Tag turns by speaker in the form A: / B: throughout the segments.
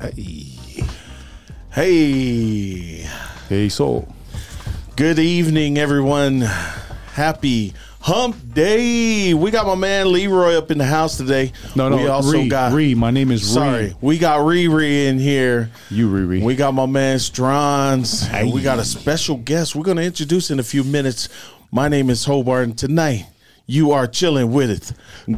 A: Hey. Hey.
B: Hey, soul.
A: Good evening, everyone. Happy hump day. We got my man Leroy up in the house today.
B: No, no.
A: we also
B: Ree,
A: got
B: Ree. My name is
A: Sorry,
B: Ree.
A: we got Riri in here.
B: You Riri.
A: We got my man Strons. And we
B: Aye.
A: got a special guest we're going to introduce in a few minutes. My name is Hobart, and tonight you are chilling with it.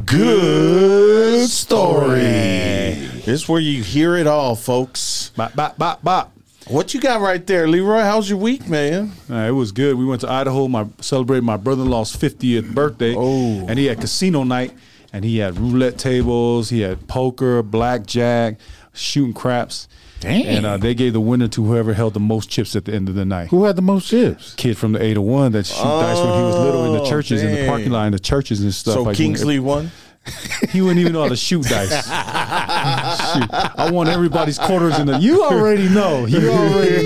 A: Good story. This is where you hear it all, folks.
B: bop bop bop bop.
A: What you got right there, Leroy? How's your week, man?
B: Uh, it was good. We went to Idaho. My celebrated my brother-in-law's 50th birthday.
A: Oh.
B: and he had casino night, and he had roulette tables. He had poker, blackjack, shooting craps.
C: Dang.
B: And uh, they gave the winner to whoever held the most chips at the end of the night.
C: Who had the most chips?
B: Kid from the 801 that shoot dice when he was little in the
A: Oh,
B: churches, in
A: dang.
B: the parking lot, in the churches and stuff.
A: so
B: like when-
A: Kingsley won.
B: He wouldn't even know how to shoot dice. Shoot. I want everybody's quarters in the. You already know. You already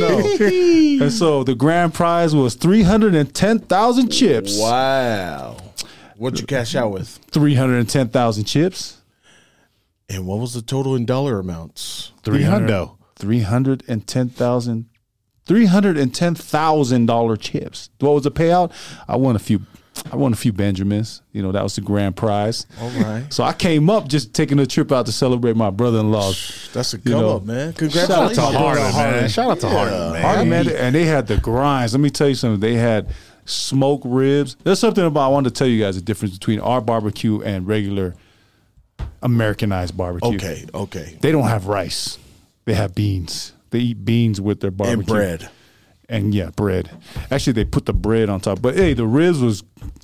B: know. And so the grand prize was 310,000 chips.
A: Wow. What'd you cash out with?
B: 310,000 chips.
A: And what was the total in dollar amounts?
C: Three hundo.
B: 310,000. $310,000 chips. What was the payout? I won a few. I won a few Benjamins. You know, that was the grand prize.
A: All right.
B: So I came up just taking a trip out to celebrate my brother-in-law's
A: That's a come
B: You know,
A: up, man.
B: shout out
A: Congratulations.
B: to Harlan,
C: man. Shout out to Harlan, man.
B: Hardy man, and they had the grinds. Let me tell you something. They had smoke ribs. There's something about I wanted to tell you guys the difference between our barbecue and regular Americanized barbecue.
A: Okay, okay.
B: They don't have rice. They have beans. They eat beans with their barbecue
A: And bread.
B: and yeah, bread. Actually, they put the bread on top. But hey, the ribs was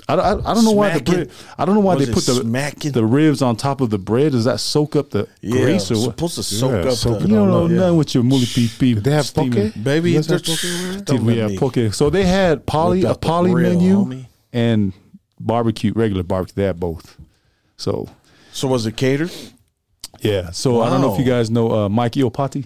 B: I, I, I don't know why the
A: Smacking.
B: bread. I don't know why
A: Was
B: they
A: it
B: put the
A: smacking?
B: the ribs on top of the bread. Does that soak up the
A: Yeah,
B: grease or what?
A: supposed to soak
C: Yeah,
A: up.
C: soak
A: the,
B: You don't know
A: Yeah.
B: nothing with your mully pee pee.
C: Did they have poke?
A: Baby,
C: You guys have
A: they're- don't
C: poke?
B: Did we
A: let
B: have
A: me-
B: poke? So they had poly
A: Look
B: a
A: out the
B: poly
A: grill,
B: menu
A: homie.
B: and barbecue, regular barbecue. They had both. So
A: So was it catered?
B: yeah. So I don't know if you
A: Wow.
B: guys know uh, Mike Iopati.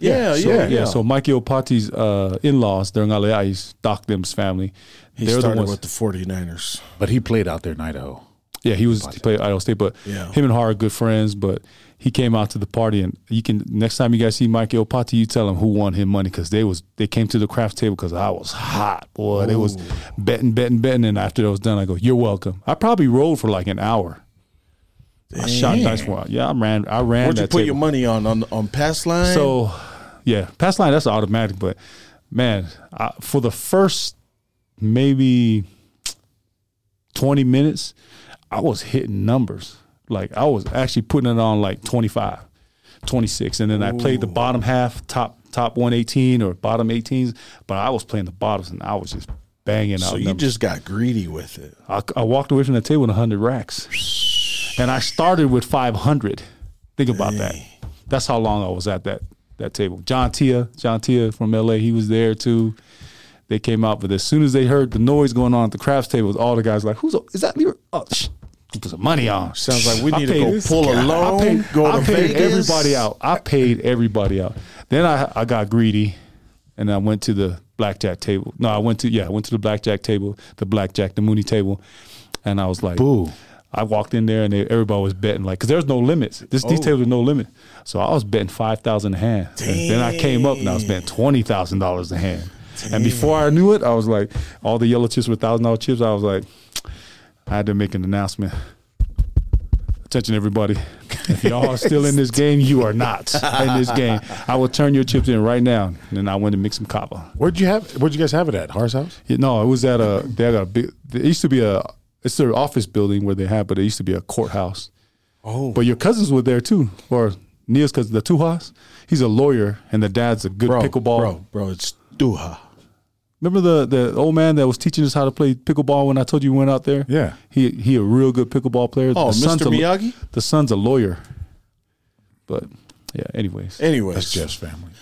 A: Yeah, yeah,
B: so,
A: yeah.
B: So Mike Iopati's uh, in-laws, they're in Galeais, Doc them's family.
A: he
B: they're
A: started
B: the ones.
A: with the 49ers.
C: But he played out there in Idaho.
B: yeah, he was he played Idaho State, but
A: Yeah.
B: him and Har are good friends. But he came out to the party, and you can next time you guys see Mike Iopati, you tell him who won him money because they was they came to the craft table because I was hot, boy. They was betting, betting, betting, and after that was done, I go, "You're welcome." I probably rolled for like an hour. I shot dice for a while. Yeah, I ran. I ran.
A: Where'd you
B: that
A: put
B: table.
A: your money on? On on pass line?
B: So, yeah, pass line that's automatic. But man, I, for the first maybe twenty minutes, I was hitting numbers. Like I was actually putting it on like 25, 26. and then I played the bottom half, top top one eighteen or bottom eighteens. But I was playing the bottoms, and I was just banging out.
A: so you
B: numbers.
A: just got greedy with it.
B: I, I walked away from the table with 100 racks. And I started with 500. Think about that. That's how long I was at that that table. John Tia, John Tia from LA, he was there too. They came out, but as soon as they heard the noise going on at the crafts table, all the guys like, "Who's is that?" Leroy? Oh, shh, put some money on.
A: Sounds like we
B: I
A: need to
B: paid-
A: go pull a loan,
B: I paid,
A: go
B: I
A: to
B: paid
A: Vegas.
B: everybody out. I paid everybody out. Then I I got greedy, and I went to the blackjack table. No, I went to yeah, I went to the blackjack table, the blackjack, the Mooney table, and I was like,
C: Boo.
B: I walked in there and they, everybody was betting like, cause there's no limits. This these tables are no limit. So I was betting five thousand a hand. And then I came up and I was betting twenty thousand dollars a hand. And before I knew it, I was like, all the yellow chips were thousand dollar chips. I was like, I had to make an announcement. Attention, everybody. If y'all are still in this game, you are not in this game. I will turn your chips in right now. And then I went and mixed some copper.
C: Where'd you have? Where'd you guys have it at? Har's house.
B: Yeah, no, it was at a. They had a big. There used to be a. It's their office building where they had, but it used to be a courthouse.
A: Oh.
B: but your cousins were there too, or Neil's cousin, the Tujas. He's a lawyer, and the dad's a good
A: Bro,
B: pickleball.
A: Bro, bro, it's Duha.
B: Remember the the old man that was teaching us how to play pickleball when I told you we went out there?
C: Yeah.
B: he he a real good pickleball player.
A: Oh,
B: the son's
A: Mr.
B: a-
A: Miyagi?
B: the son's a lawyer, but yeah. Anyways,
A: Anyways,
C: That's Jeff's family.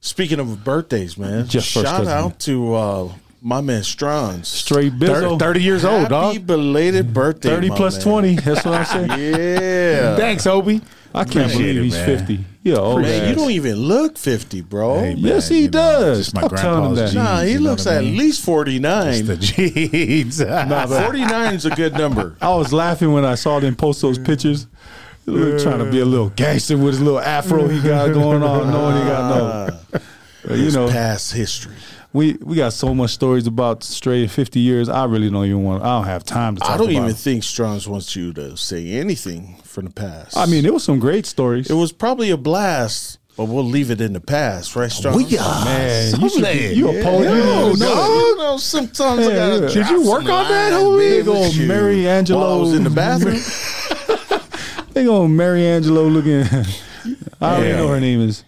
A: speaking of birthdays, man,
B: Jeff's first
A: shout
B: cousin.
A: out to uh, my man Strons.
B: straight Bizzo,
C: Thir- Thirty years old,
A: Happy
C: dog.
A: belated birthday.
B: 30
A: my
B: plus
A: man.
B: twenty. That's what I'm saying.
A: Yeah.
C: Thanks, Obi.
B: I can't
C: Appreciate
B: believe
C: it,
B: he's
C: man.
B: fifty. Yeah, old
A: Man,
B: ass.
A: you don't even look 50, bro.
C: Hey, man,
B: Yes, he
C: you know,
B: does.
C: Just my
B: Stop telling him that.
C: grandpa's jeans,
A: nah, he
C: you know
A: looks
C: what I
A: at
C: mean?
A: least 49.
C: the jeans.
A: Nah, 49 is a good number.
B: I was laughing when I saw them post those pictures. Look, trying to be a little gangster with his little afro he got going on, knowing he got no. You know,
A: past history.
B: we we got so much stories about stray fifty years. I really don't even want. I don't have time to. Talk
A: I don't
B: about
A: even
B: it.
A: think Strong's wants you to say anything from the past.
B: I mean, it was some great stories.
A: it was probably a blast, but we'll leave it in the past, right,
B: Oh,
A: Strong?
B: Man, you, should be- you a poet? You
A: No,
B: know,
A: no, no. Sometimes I
B: Yeah,
A: gotta
B: yeah.
A: drop
B: Did you work
A: some
B: on that,
A: lines,
B: Julio?
A: man,
B: Big
A: with
B: ol'
A: you.
B: Mary
A: While I was
B: Angelou.
A: in the bathroom.
B: They going Mary Angelo looking. I don't
A: Yeah.
B: even know her name is.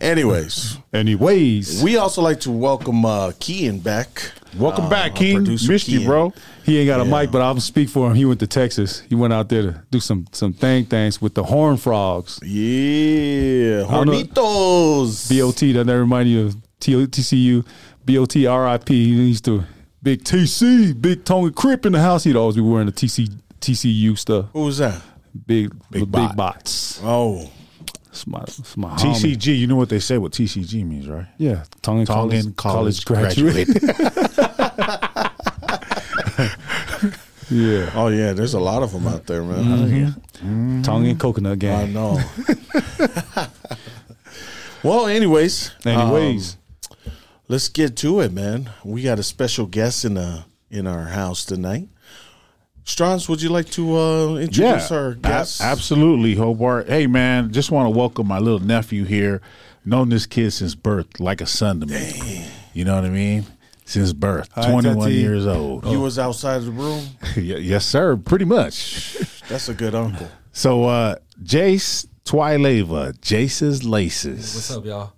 A: Anyways,
B: Anyways,
A: we also like to welcome uh, Kean back.
C: Welcome
A: Uh,
C: back,
A: our
C: King.
A: producer
C: Missed you,
A: Kean.
C: bro.
B: he ain't got a mic, but I'll speak for him. He went to Texas. He went out there to do some some thing things with the horn frogs.
A: Yeah,
B: don't know.
A: Hornitos.
B: BOT doesn't that remind you of T- TCU? BOT RIP. He used to big TC, big Tony Crip in the house. He'd always be wearing the TC TCU stuff.
A: Who was that?
B: Big big,
C: bot.
B: bots.
A: Oh,
B: It's my, it's my homie.
C: TCG. You know what they say? What TCG means, right?
B: Yeah, Tongan,
C: Tongan
B: college, college graduate. Yeah,
A: oh yeah. There's a lot of them out there, man.
B: Tongan coconut
A: I
B: gang.
A: know. well, anyways,
B: Um,
A: um,
B: Anyways,
A: Let's get to it, man. We got a special guest in the in our house tonight. Strauss, would you like to uh, introduce our
C: a-
A: guest?
C: absolutely, Hobart. Hey, man, just want to welcome my little nephew here. Known this kid since birth, like a son to me. You know what I mean? Since birth,
B: Hi,
C: 21
B: Tati.
C: years old.
A: You was outside of the room.
C: Y- yes, sir. Pretty much.
A: That's a good uncle.
C: So, uh, Jace Twileva, Jace's Laces.
D: What's up, y'all?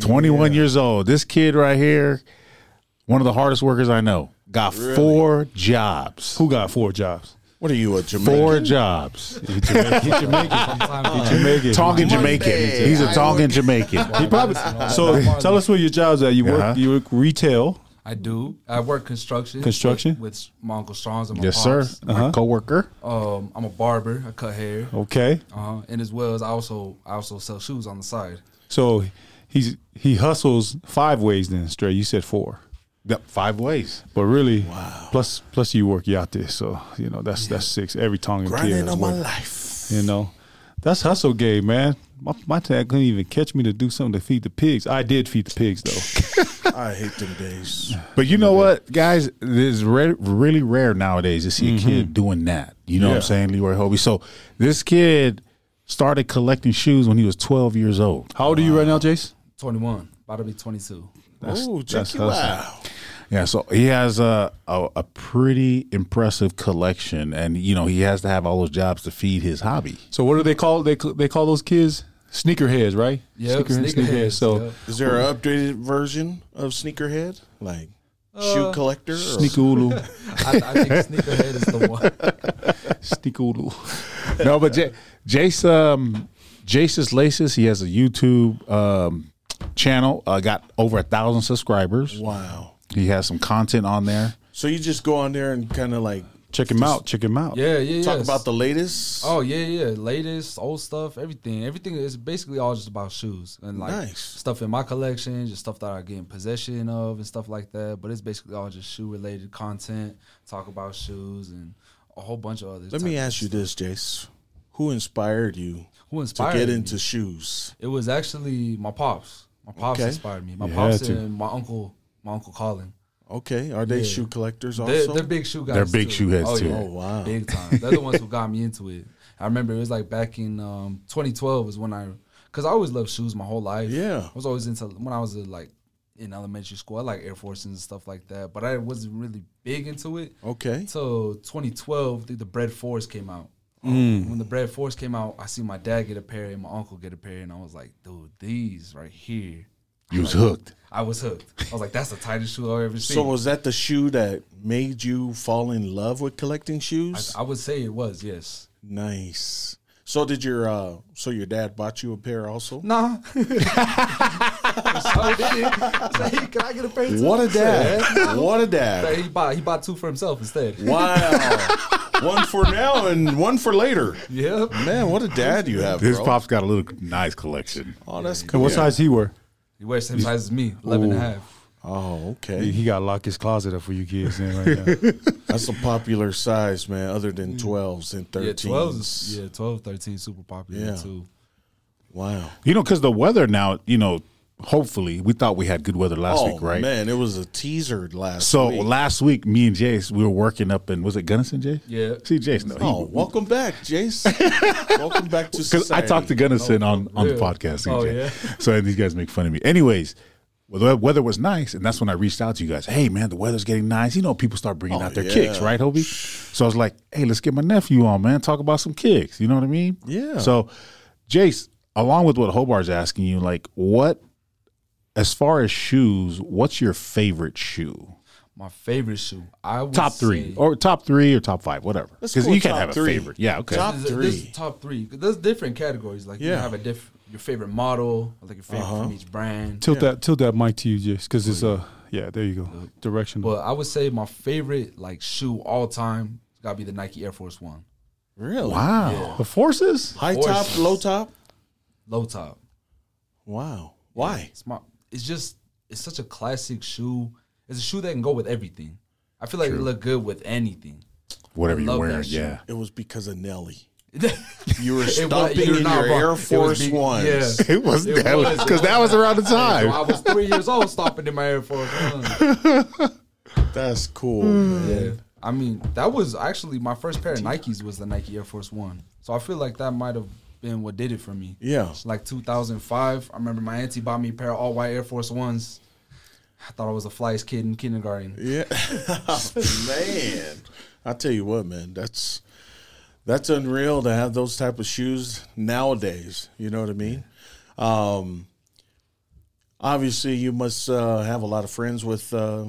C: 21 years old. This kid right here, one of the hardest workers I know. Got four jobs.
B: who got four jobs?
A: What are you, a Jamaican?
C: Four jobs.
D: Sometimes
B: Jamaican.
C: Talking Jamaican.
A: Monday,
C: He's a
A: I
C: talking Jamaican.
D: He
B: Probably. So tell us where your job's at. You work.
C: Uh-huh.
B: You work retail.
D: I do. I work construction.
B: Construction?
D: with, with my uncle Strong's and my
C: Yes, sir. Uh-huh.
D: pops.
C: My coworker.
D: Um, I'm a barber. I cut hair.
B: Okay.
D: Uh-huh. And as well as I also I also sell shoes on the side.
B: So he's he hustles five ways then straight. You said four,
C: Yep, five ways.
B: but really, plus plus you work yate, so you know that's that's six. Every tongue and kid
A: Grinding
B: is
A: on my
B: work.
A: life.
B: You know, that's hustle game, man. My, my dad couldn't even catch me to do something to feed the pigs. I did feed the pigs though.
A: I hate them days.
C: But you know what, guys? It's re- really rare nowadays to see a kid doing that. You know what I'm
B: Yeah.
C: saying, Leroy Hobie? So this kid started collecting shoes when he was 12 years old.
B: How old are you right now, Jace?
D: 21. About to be 22.
A: Oh, check
B: that's
A: you
B: hustle.
A: out.
C: Yeah, so he has a, a a pretty impressive collection, and you know he has to have all those jobs to feed his hobby.
B: So what do they call they they call those kids sneakerheads, right?
D: Yep,
B: sneakerheads. sneakerheads.
D: sneakerheads,
B: So
D: yep.
A: Is there an updated version of Sneakerhead? Like shoe collector? Or
B: sneakoodle,
D: I, I think sneakerhead is the one.
B: sneakoodle.
C: no, but J- Jace, um, Jace's Laces, he has a YouTube um, channel, uh, got over a thousand subscribers.
A: Wow.
C: He has some content on there.
A: So you just go on there and kind of like
B: Check him out. Check him out.
D: Yeah, yeah,
A: talk
D: yes.
A: about the latest?
D: Oh yeah, yeah. Latest, old stuff, everything. Everything is basically all just about shoes and like
A: Nice.
D: stuff in my collection, just stuff that I get in possession of and stuff like that. But it's basically all just shoe related content. Talk about shoes and a whole bunch of other.
A: Let me ask you this, Jace. Who inspired you
D: who
A: to
D: inspired
A: get
D: me?
A: into shoes?
D: It was actually my pops. My pops
A: Okay.
D: inspired me. My
B: You
D: pops
B: had to.
D: and my uncle. My uncle Colin.
A: Okay, are they shoe collectors
D: They're,
A: also?
D: they're big shoe guys.
C: They're big
D: too.
C: shoe heads,
D: oh,
C: too.
D: Yeah.
A: Oh, wow.
D: big time. They're the ones who got me into it. I remember it was like back in um, 2012 is when I, because I always loved shoes my whole life.
A: Yeah.
D: I was always into when I was uh, like in elementary school. I like Air Forces and stuff like that, but I wasn't really big into it.
A: okay.
D: So 2012, the, the Bread Force came out. Um, When the Bread Force came out, I see my dad get a pair and my uncle get a pair, and I was like, dude, these right here.
C: You was hooked.
D: I was hooked. I was like, that's the tightest shoe I've ever seen.
A: So was that the shoe that made you fall in love with collecting shoes?
D: I, I would say it was, yes.
A: nice. So did your uh so your dad bought you a pair also?
D: Nah. so I did it. So he, can I get a pair too?
A: What a dad. what a
D: So
A: dad.
D: he bought he bought two for himself instead.
A: Wow. one for now and one for later.
D: Yep.
A: Man, what a dad you have,
C: His
A: bro.
C: pop's got a little nice collection.
A: oh, that's
B: And
A: cool.
B: what size he wear?
D: He wears the same size as me, 11 and a half.
A: Oh, okay.
B: He got to lock his closet up for you kids in right now.
A: That's a popular size, man, other than 12s and 13s.
D: Mm. Yeah, 12 is, yeah, 12, 13 is super popular
A: Yeah.
D: too.
A: Wow.
C: You know, because the weather now, you know, hopefully, we thought we had good weather last
A: oh,
C: week, right?
A: man, it was a teaser last
C: So
A: week.
C: last week, me and Jace, we were working up in, was it Gunnison, Jace?
D: Yeah.
C: See, Jace, no.
A: Oh,
C: he-
A: welcome back, Jace. welcome back to
C: Because I
A: society.
C: talked to Gunnison on, on the
D: yeah.
C: podcast.
D: Oh,
C: CJ.
D: yeah?
C: So and these guys make fun of me. Anyways, well, the weather was nice, and that's when I reached out to you guys. Hey, man, the weather's getting nice. You know, people start bringing
A: Oh,
C: out their
A: yeah.
C: kicks, right, Hobie? So I was like, hey, let's get my nephew on, man. Talk about some kicks. You know what I mean?
A: Yeah.
C: So, Jace, along with what Hobart's asking you, like, what, as far as shoes, what's your favorite shoe?
D: My favorite shoe. I would
C: Top three,
D: say-
C: or top three, or top five, whatever.
A: Let's
C: Because
A: go
C: you
A: with
C: can't
A: top
C: have a
A: three.
C: favorite. Yeah, okay.
A: Top
D: This- this
A: three.
D: is top three. There's different categories. Like you
A: Yeah. Uh-huh.
D: have a diff, your favorite model, like your favorite from each brand.
B: tilt that, tilt that mic to you, Jace, because it's
D: Oh,
B: uh, yeah, there you go, directional.
D: But I would say my favorite like shoe all time gotta be the Nike Air Force One,
A: Really?
C: Wow.
B: the forces.
A: High
D: Of course.
A: top, low top?
D: low top.
A: Wow. Why?
D: It's my. It's just. It's such a classic shoe. It's a shoe that can go with everything. I feel like it look good with anything.
C: Whatever
D: I
C: you're
D: love
C: wearing,
D: that shoe.
C: yeah.
A: It was because of Nelly.
D: It
A: You were
D: was-
A: stomping
D: you're
A: in
D: not
A: your
D: wrong. It
A: Air
D: was
A: Force
D: be-
A: Ones.
D: Yeah.
C: It was
D: It was.
C: because that was around the
D: So I
C: time.
D: was three years old stomping in my Air Force One.
A: That's cool, man.
D: Yeah. I mean, that was actually my first pair of Nikes was the Nike Air Force One. So I feel like that might have been what did it for me.
A: Yeah.
D: Like 2005, I remember my auntie bought me a pair of all white Air Force Ones. I thought I was the flyest kid in kindergarten.
A: Yeah. man. I tell you what, man, that's that's unreal to have those type of shoes nowadays. You know what I mean? Um obviously you must uh, have a lot of friends with uh,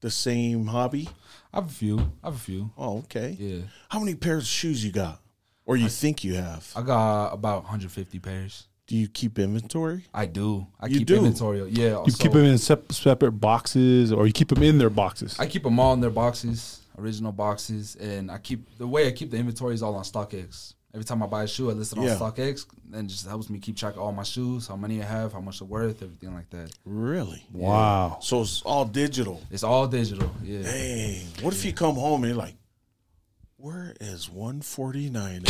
A: the same hobby.
D: I have a few. I have a few.
A: Oh, okay.
D: Yeah.
A: How many pairs of shoes you got? Or you think you have?
D: I got about 150 pairs.
A: Do you keep inventory?
D: I do. I
A: You
D: keep
A: do?
D: inventory. Yeah.
B: You
D: so
B: keep them in sep- separate boxes, or you keep them in their boxes.
D: I keep them all in their boxes, original boxes, and I keep the way I keep the inventory is all on StockX. Every time I buy a shoe, I list it on
A: Yeah.
D: StockX, and it just helps me keep track of all my shoes, how many I have, how much they're worth, everything like that.
A: Really?
B: wow.
A: So it's all digital.
D: It's all digital. Yeah.
A: Hey, what if you come home and you're like, where is 149? you know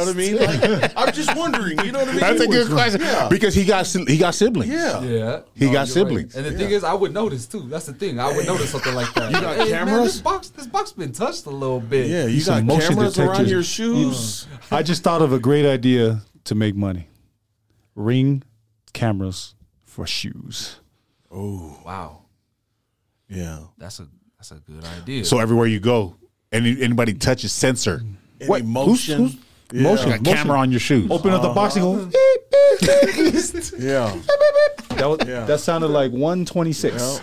A: what I mean? Like, I'm just wondering. You know what I mean?
C: That's a good question
A: Yeah.
C: because he got si- he got siblings.
A: Yeah.
D: Yeah,
C: He got
D: you're
C: siblings.
D: And the thing is, I would notice too. That's the thing. I would notice something like that. You
A: got
D: this
A: cameras?
D: box, this box been touched a little bit.
A: Yeah, you
B: Some
A: got
B: motion
A: cameras around
B: detectors.
A: your shoes.
B: I just thought of a great idea to make money. Ring cameras for shoes.
D: Wow,
A: Yeah.
D: that's a that's a good idea.
C: So everywhere you go, and anybody touches sensor,
A: Any motion? Yeah.
C: motion, got camera on your shoes.
B: Open
D: Oh.
B: up the box and go. "Beep,
A: Yeah.
B: beep." That, was,
A: Yeah.
B: that sounded like 126.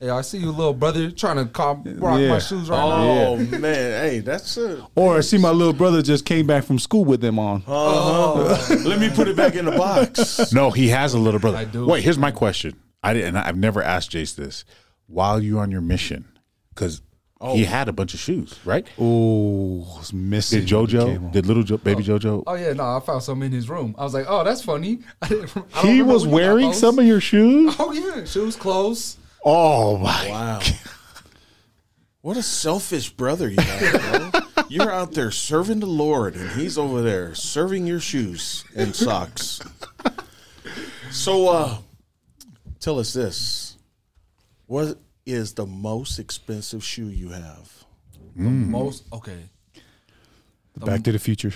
D: hey, I see you, little brother, trying to cop rock
B: Yeah.
D: my shoes right now.
A: Oh, man. Hey, that's a. uh-huh.
B: Or I see my little brother just came back from school with them on.
A: Let me put it back in the box.
C: No, he has a little brother.
D: I do.
C: Wait, here's my question. I didn't. and I've never asked Jace this. While you're on your mission, because he
D: Oh.
C: had a bunch of shoes, right?
B: Oh, it's missing.
C: Did
B: Came
C: JoJo?
B: on.
C: Did little jo- baby JoJo?
D: Oh yeah, no, I found some in his room. I was like, oh, that's funny. I didn't, I don't
C: he
D: remember
C: was
D: we got
C: wearing
D: those.
C: some of your shoes.
D: Oh yeah, shoes, clothes.
C: Oh my!
A: Wow. What a selfish brother you have, bro. You're out there serving the Lord, and he's over there serving your shoes and socks. So, uh, tell us this. What is the most expensive shoe you have?
C: Hmm.
D: Most okay.
B: Back to the future.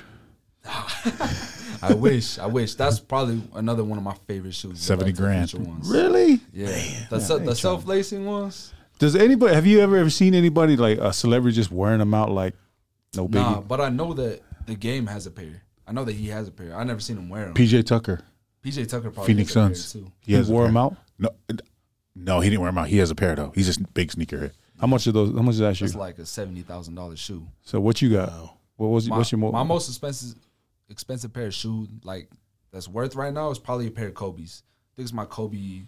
D: I wish, I wish. That's probably another one of my favorite shoes. the
C: 70
D: Back to the
C: grand.
D: Future Ones.
B: Really?
D: Yeah, the, se- the self lacing ones.
B: Does anybody have you ever ever seen anybody like a celebrity just wearing them out like no biggie?
D: Nah, but I know that the game has a pair. I know that he has a pair. I never seen him wear them.
C: PJ Tucker,
D: PJ Tucker probably
C: Phoenix
D: Oh, has a pair,
C: Suns.
D: too.
C: He has a
B: wore
C: pair.
B: them out.
C: No, no, he didn't wear them out. He has a pair though. He's just a big sneakerhead.
B: How much of those? How much is that shoe?
D: It's like a seventy thousand dollar shoe.
B: so what you got? What was
D: My,
B: what's your mo-
D: my most expensive expensive pair of shoe like that's worth right now is probably a pair of Kobe's. I think it's my Kobe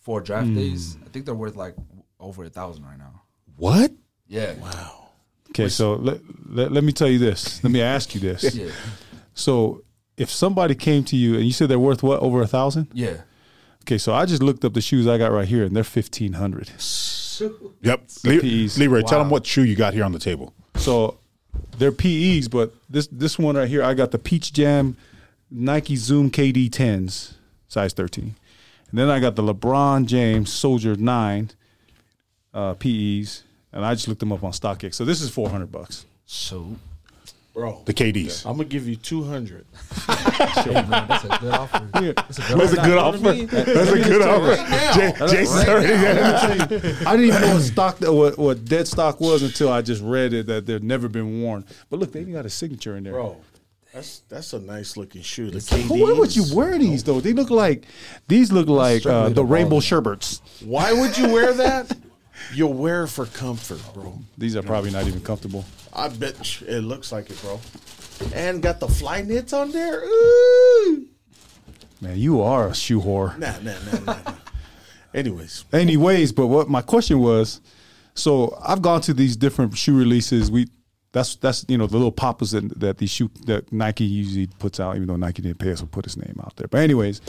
D: four draft
B: Hmm.
D: days. I think they're worth like over a thousand right now.
C: What?
D: Yeah.
B: Okay, so let, let, let me tell you this. Let me ask you this.
D: Yeah.
B: So if somebody came to you and you said they're worth what over a thousand,
D: Yeah.
B: Okay, so I just looked up the shoes I got right here, and they're fifteen hundred.
C: Yep. Le-
B: PEs.
C: Leroy, tell
D: Wow.
C: them what shoe you got here on the table.
B: So they're PEs, but this this one right here, I got the Peach Jam Nike Zoom KD tens, size thirteen, and then I got the LeBron James Soldier nine uh, PEs, and I just looked them up on StockX. So this is four hundred bucks.
D: So,
A: bro.
C: The KDs.
A: I'm gonna give you two hundred.
D: hey, man, that's a good offer. That's a good
C: That's a
D: offer.
C: good offer. That's a good offer. Jay- Jason's already
B: I didn't even know what stock what, what dead stock was until I just read it that they've never been worn. But look, they even got a signature in there.
A: Bro, that's that's a nice looking shoe. The
B: But why would you
A: KDs.
B: wear these though? They look like these look like uh,
D: strictly
B: the
D: the
B: rainbow
D: ball.
B: sherbets.
A: Why would you wear that? You'll wear it for comfort, bro.
B: These are probably not even comfortable.
A: I bet you it looks like it, bro. And got the fly knits on there. Ooh.
B: Man, you are a shoe whore.
A: Nah, nah, nah, nah. nah. Anyways,
B: Anyways, but what my question was, so I've gone to these different shoe releases. We that's that's you know the little poppers that, that these shoe that Nike usually puts out, even though Nike didn't pay us to put his name out there. But anyways,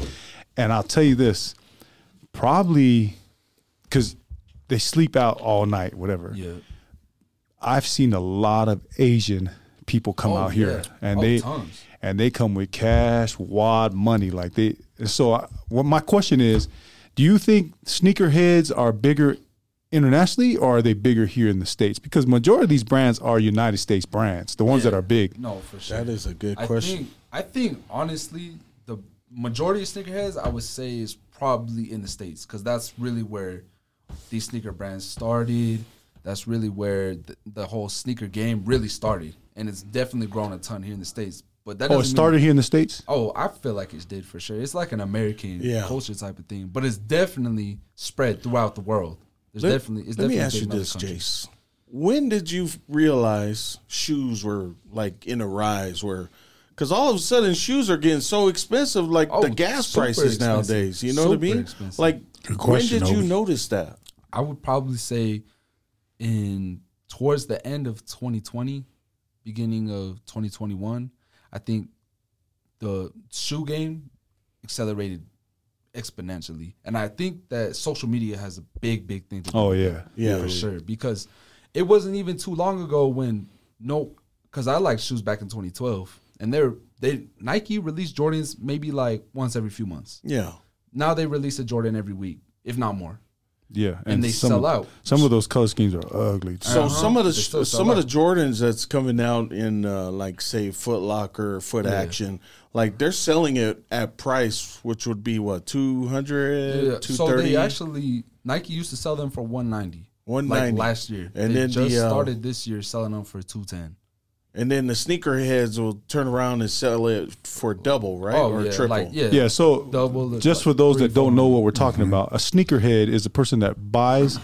B: and I'll tell you this, probably because they sleep out all night, whatever.
D: Yeah.
B: I've seen a lot of Asian people come
D: Oh,
B: out here,
D: yeah.
B: and
D: Oh,
B: they
D: tons.
B: and they come with cash, wad money, like they. So, I, what my question is, do you think sneakerheads are bigger internationally, or are they bigger here in the states? Because majority of these brands are United States brands, the ones that are big.
D: No, for sure.
A: that is a good
D: I
A: question.
D: think I think honestly the majority of sneakerheads I would say is probably in the states because that's really where these sneaker brands started. That's really where the, the whole sneaker game really started, and it's definitely grown a ton here in the states. But that
B: Oh, it
D: doesn't mean-
B: started here in the states.
D: Oh, I feel like it did for sure. It's like an American
A: Yeah.
D: culture type of thing, but it's definitely spread throughout the world. There's
A: Let-
D: definitely it's
A: Let
D: definitely
A: me ask
D: big
A: you
D: in other
A: this,
D: countries.
A: Jace. When did you realize shoes were like in a rise? Where, because all of a sudden shoes are getting so expensive, like
D: Oh,
A: the gas
D: super
A: prices
D: expensive.
A: nowadays. You know what I
D: Super
A: mean?
D: expensive.
A: Like, when
C: question,
A: did you
C: Ovi.
A: notice that?
D: I would probably say in towards the end of 2020, beginning of 2021, I think the shoe game accelerated exponentially. And I think that social media has a big, big thing to do
B: Oh yeah,
A: Yeah,
D: for sure because it wasn't even too long ago when no because i liked shoes back in 2012 and they're they nike released jordans maybe like once every few months
A: yeah.
D: now they release a jordan every week if not more
B: yeah,
D: and, they
B: some
D: sell
B: of,
D: out
B: Some of those color schemes are ugly. too.
A: So
D: Uh-huh.
A: some of the
D: They still
A: some
D: sell
A: of the Jordans that's coming out in uh, like say Foot Locker, Foot Action, like they're selling it at price which would be what 200,
D: Yeah, so they
A: 230?
D: actually Nike used to sell them for 190
A: 190.
D: like last year
A: And
D: and
A: then
D: then just
A: the, uh,
D: started this year selling them for 210
A: and then the sneakerheads will turn around and sell it for double, right?
D: oh
A: or
D: yeah
A: triple.
D: like yeah
B: Yeah, so
D: Double is
B: just
D: like Mm-hmm.
B: for those
D: three,
B: that don't
D: four
B: know what we're talking about, a sneakerhead is a person that buys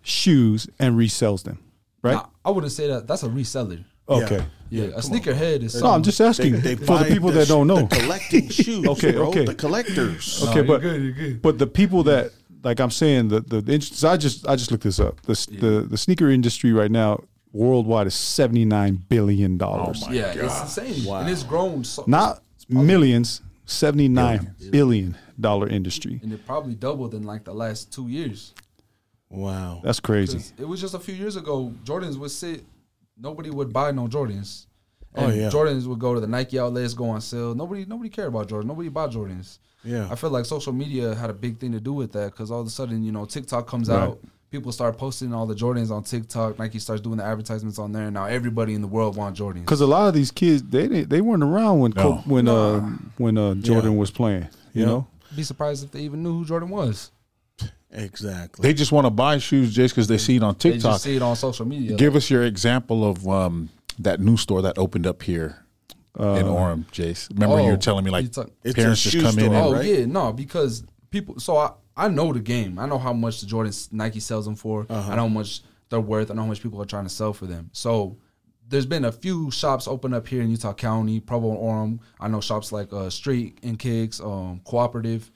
B: shoes and resells them, right?
D: Nah, i wouldn't say that that's a reseller
B: Okay.
D: yeah, a sneakerhead is
B: No, I'm
D: someone-
B: just asking for the
A: buy
B: people that
A: sh-
B: don't know.
A: the collecting shoes.
B: Okay,
A: bro,
B: okay.
A: the collectors.
B: okay,
D: you're
B: but
D: good, you're good.
B: but the people that like I'm saying the the, the interest, I just I just looked this up. The, s the the sneaker industry right now worldwide is 79 billion dollars.
A: Oh
D: yeah it's insane and it's grown so
B: Not millions, 79 billion dollar industry.
D: and it probably doubled in like the last two years.
A: Wow,
B: That's crazy.
D: 'Cause It was just a few years ago. Jordans would sit. Nobody would buy no Jordans. And
A: Oh, yeah.
D: Jordans would go to the Nike outlets, go on sale. Nobody, nobody cared about Jordans. Nobody bought Jordans.
A: Yeah.
D: I feel like social media had a big thing to do with that because all of a sudden, you know, TikTok comes out. People start posting all the Jordans on TikTok. Nike starts doing the advertisements on there, and now everybody in the world wants Jordans.
B: Because a lot of these kids, they didn't, they weren't around when
C: No.
B: Kobe- when uh, when uh, Jordan was playing. You
A: Yeah.
B: know,
D: Be surprised if they even knew who Jordan was.
A: exactly.
C: They just want to buy shoes just because they see it on
D: They
C: TikTok.
D: just see it on social media.
C: Give us your example of um, that new store that opened up here in Orem, Jace. Remember you
D: Oh,
C: were telling me
D: you
C: like
D: talk-
A: It's
C: parents
A: a
C: just
A: shoe
C: come in
A: store.
C: and
D: Oh
A: right?
D: yeah, no, because people. So I, I know the game. I know how much the Jordans Nike sells them for.
A: Uh-huh.
D: I know how much they're worth. I know how much people are trying to sell for them. So there's been a few shops open up here in Utah County, Provo and Orem. I know shops like uh, Street and Kicks, um, Cooperative.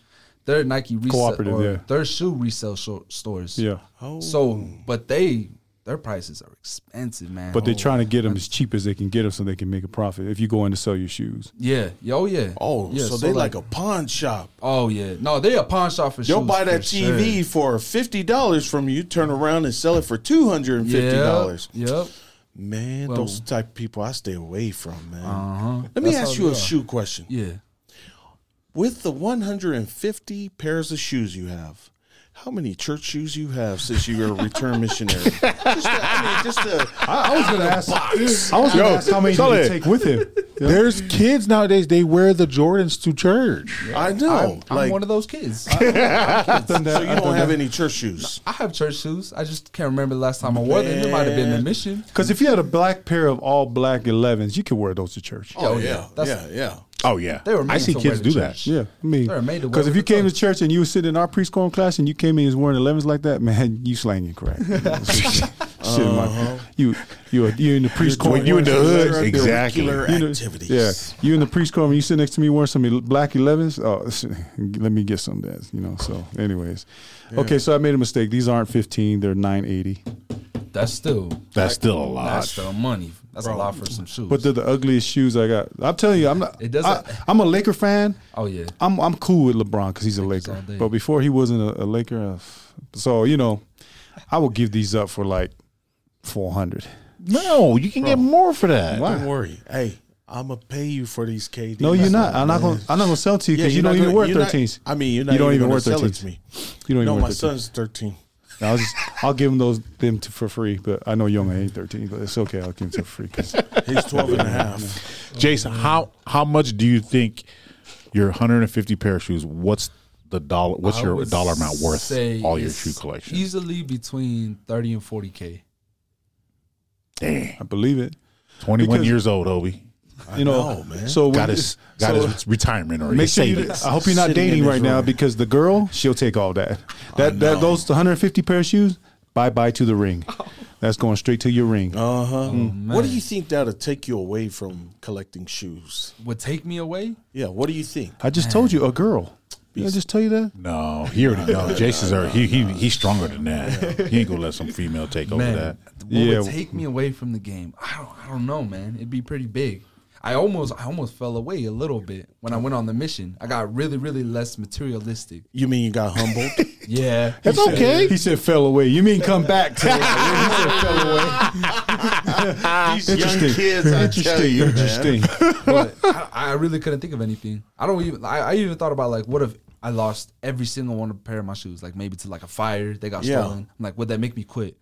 D: They're Nike resell
B: Cooperative,
D: or
B: yeah.
D: their shoe resale sho- stores.
B: yeah.
D: So, but they their prices are expensive, man.
B: But they're
D: Oh.
B: trying to get them as cheap as they can get them so they can make a profit. If you go in to sell your shoes,
D: yeah, yeah, oh yeah,
A: Oh,
D: yeah,
A: so, they like, a pawn shop.
D: oh yeah, no, they a pawn shop for
A: They'll
D: shoes
A: buy that
D: for
A: TV
D: sure.
A: for fifty dollars from you, turn around and sell it for two hundred and fifty dollars.
D: Yep, yep.
A: Man,
D: Well-
A: those type of people I stay away from, man.
D: Uh-huh.
A: Let me
D: That's how
A: ask you
D: they
A: a
D: are.
A: shoe question.
D: yeah.
A: With the one hundred and fifty pairs of shoes you have, how many church shoes you have since you were a return missionary? just a, I mean, just a
B: I, I was gonna ask. I was
C: Yo,
B: gonna ask how many
C: sell
B: did
C: it.
B: he take with him.
C: There's kids nowadays, they wear the Jordans to church.
A: I know.
D: I'm
A: like
D: one of those kids.
A: so you don't have any church shoes.
D: I have church shoes. I just can't remember the last time I wore them. It might have been the
A: Man.
D: mission.
B: Because if you had a black pair of all black 11s, you could wear those to church.
A: Oh,
D: yeah.
A: yeah.
D: That's-
A: yeah, yeah.
C: Oh yeah,
D: They were made
C: I see
D: to wear
C: kids
D: to
C: do
D: church.
C: that.
B: Yeah, I mean,
D: They're made to wear
B: because if
D: with
B: you
D: the
B: came to
D: clothes.
B: church and you were sitting in our preschool class and you came in and was wearing 11s like that, man, you slanging crack. Shit, man. you you are- you in the preschool.
C: doing- you in the
B: wearing
C: hood,
B: some-
A: Extracurricular
C: exactly.
B: you know-
A: activities.
B: Yeah, you in the preschool and you sit next to me wearing some el- black 11s. Oh, sh- let me get some of that, you know. So, anyways, okay, so I made a mistake. These aren't 15; they're 980.
D: That's still
C: That's still a lot.
D: that's still money. That's a lot for some shoes.
B: But they're the ugliest shoes I got. I'm telling you, I'm not.
D: It doesn't-
B: I, I'm a Laker fan.
D: oh yeah,
B: I'm I'm cool with LeBron because he's a
D: Lakers
B: Laker.
D: all day.
B: But before he wasn't a, a Laker, uh, f- so you know, I would give these up for like four hundred.
C: no, you can get more for that.
B: Why?
A: Don't worry. Hey, I'm gonna pay you for these KD.
B: No, you're not. I'm not gonna. I'm not gonna sell to you because you don't even wear thirteens.
A: I mean, you're not.
B: You don't
A: even,
B: even
A: gonna
B: wear
A: sell it
B: 13s.
A: to me.
B: You don't even
A: No,
B: wear
A: my
B: 13s.
A: son's 13.
B: I'll just I'll give him those them to, for free. But I know Young ain't thirteen, but it's okay. I'll give him to for free. 'cause-
A: He's 12
B: Mm-hmm.
A: and a half.
C: Jason? How how much do you think your 150 pair of shoes? What's the dollar? What's
D: I
C: your
D: would
C: dollar amount worth?
D: say
C: All your
D: it's
C: shoe collection.
D: easily between thirty and forty k.
C: Dang,
B: I believe it.
C: 21
B: Because-
C: years old, Obi.
B: You know,
A: know, man.
B: so when
C: Got
B: you-
C: his got
B: so-
C: his retirement already.
B: Make sure you,
C: savings.
B: I hope you're not
A: Sitting in
B: dating
A: his
B: right now
A: room.
B: because the girl, she'll take all that. That that those 150 pair of shoes, bye bye to the ring. That's going straight to your ring.
A: Uh huh.
B: Mm-hmm.
A: what do you think that'll take you away from collecting shoes?
D: Would take me away.
A: Yeah. What do you think?
B: I just told you a girl. Did I just tell you that?
C: No, he already know. Jason's already he, he he's stronger than that. He ain't gonna let some female take over
D: man,
C: that.
D: What
B: Yeah.
D: would take me away from the game? I don't, I don't know, man. It'd be pretty big. I almost, I almost fell away a little bit when I went on the mission. I got really, really less materialistic.
A: You mean you got humbled?
D: Yeah,
C: That's okay.
B: He said fell away. You mean come back to it. He said fell away.
D: Ah,
A: These
B: Interesting. interesting. Interesting.
D: but I, I really couldn't think of anything. I don't even. I, I even thought about like, what if I lost every single one of pair of my shoes, like maybe to like a fire, they got
A: Yeah.
D: stolen. I'm like, would that make me quit?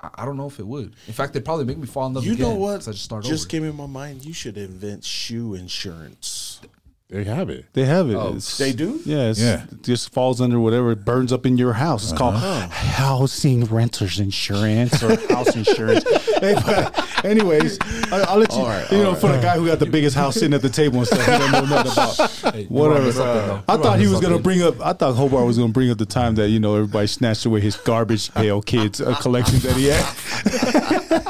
D: I, I don't know if it would. In fact, they'd probably make me fall in love.
A: You know
D: again,
A: what?
D: 'cause I just start over.
A: came in my mind. You should invent shoe insurance.
C: There you have it.
B: They have it.
D: Oh,
B: It's-
A: they do?
B: Yeah, it's,
C: Yeah.
B: It just falls under whatever it burns up in your house. It's
D: Uh-huh.
B: called housing renters insurance or house insurance. Hey, but anyways, I, I'll let you. you know, for the guy who got the biggest house sitting at the table and stuff, he don't know nothing about.
D: Hey, you brought
B: Whatever.
D: this up, though.
B: I
D: You brought
B: thought he
D: this
B: was
D: up,
B: gonna
D: dude.
B: bring up. I thought Hobart was gonna bring up the time that you know everybody snatched away his garbage pail kids uh, collection that he had. yeah,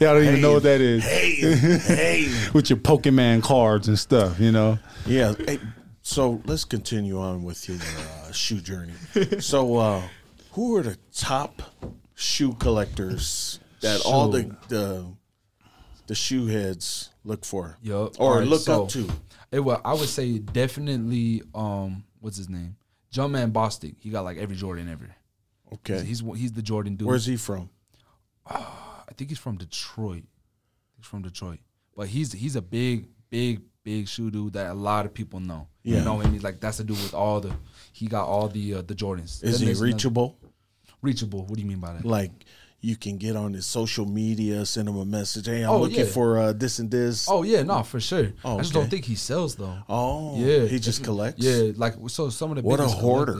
B: I don't even know what that is.
A: Hey, hey.
B: With your Pokemon cards and stuff, you know.
A: Yeah. Hey, so let's continue on with your uh, shoe journey. So, uh, who are the top shoe collectors that all the, the the shoe heads look for,
D: Yup.
A: or
D: Alright,
A: look
D: so,
A: up to?
D: It well, I would say definitely. Um, what's his name? Jumpman Bostic. He got like every Jordan ever.
A: Okay,
D: He's he's the Jordan dude.
A: where's he from?
D: I think he's from Detroit. He's from Detroit, but he's he's a big, big, big shoe dude that a lot of people know.
A: Yeah.
D: You know him. He's like that's the dude with all the. He got all the uh, the
A: Is
D: Jordans. Then
A: he
D: there's another-
A: reachable?
D: Reachable. What do you mean by that?
A: Like. You can get on his social media, send him a message. Hey, I'm
D: Oh,
A: looking
D: yeah.
A: for uh, this and this.
D: oh yeah, no, for sure.
A: Oh,
D: I just
A: okay.
D: don't think he sells though.
A: Oh,
D: yeah,
A: He just collects.
D: Yeah, like so some of the
A: What a
D: biggest
A: hoarder.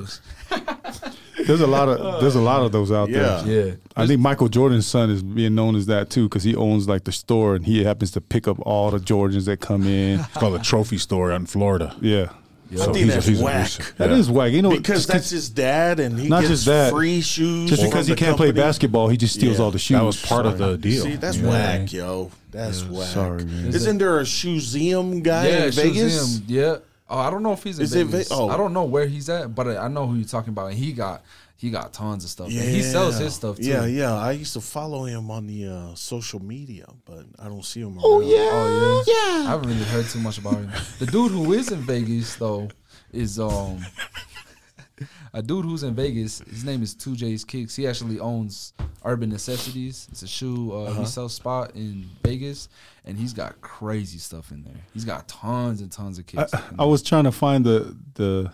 D: collectors-
B: There's a lot of there's a lot of those out
A: Yeah.
B: there.
D: Yeah,
B: I think Michael Jordan's son is being known as that too because he owns like the store and he happens to pick up all the Jordans that come in.
C: It's called a trophy store out in Florida.
B: Yeah,
A: I think
C: he's a-
A: that's
C: he's a
A: whack.
C: reason.
B: that is
C: Yeah.
B: whack. You know,
A: because
B: just,
A: that's his dad, and he
B: Not
A: gets
B: just that.
A: free shoes.
B: just
A: from
B: because he
A: the
B: can't play
A: company.
B: basketball, he just steals
A: Yeah.
B: all the shoes.
C: That was part of the deal.
A: See, that's
C: Yeah.
A: whack, yo. That's whack.
B: sorry, man.
A: Isn't there a shoeseum guy
D: yeah,
A: in Vegas?
D: Shazam, Yeah, Oh, I don't know if he's in
A: Is it
D: Vegas.
A: Ve- oh.
D: I don't know where he's at, but I I know who you're talking about. And he got he got tons of stuff.
A: Yeah,
D: And he sells his stuff too.
A: Yeah, yeah. I used to follow him on the uh, social media, but I don't see him.
B: Oh
A: around.
B: yeah,
D: Oh,
B: yeah.
D: I haven't really heard too much about him. The dude who is in Vegas though is um a dude who's in Vegas. His name is Two J's Kicks. He actually owns Urban Necessities. It's a shoe uh,
B: Uh-huh.
D: resale spot in Vegas, and he's got crazy stuff in there. He's got tons and tons of kicks. in
B: I
D: there.
B: was trying to find the the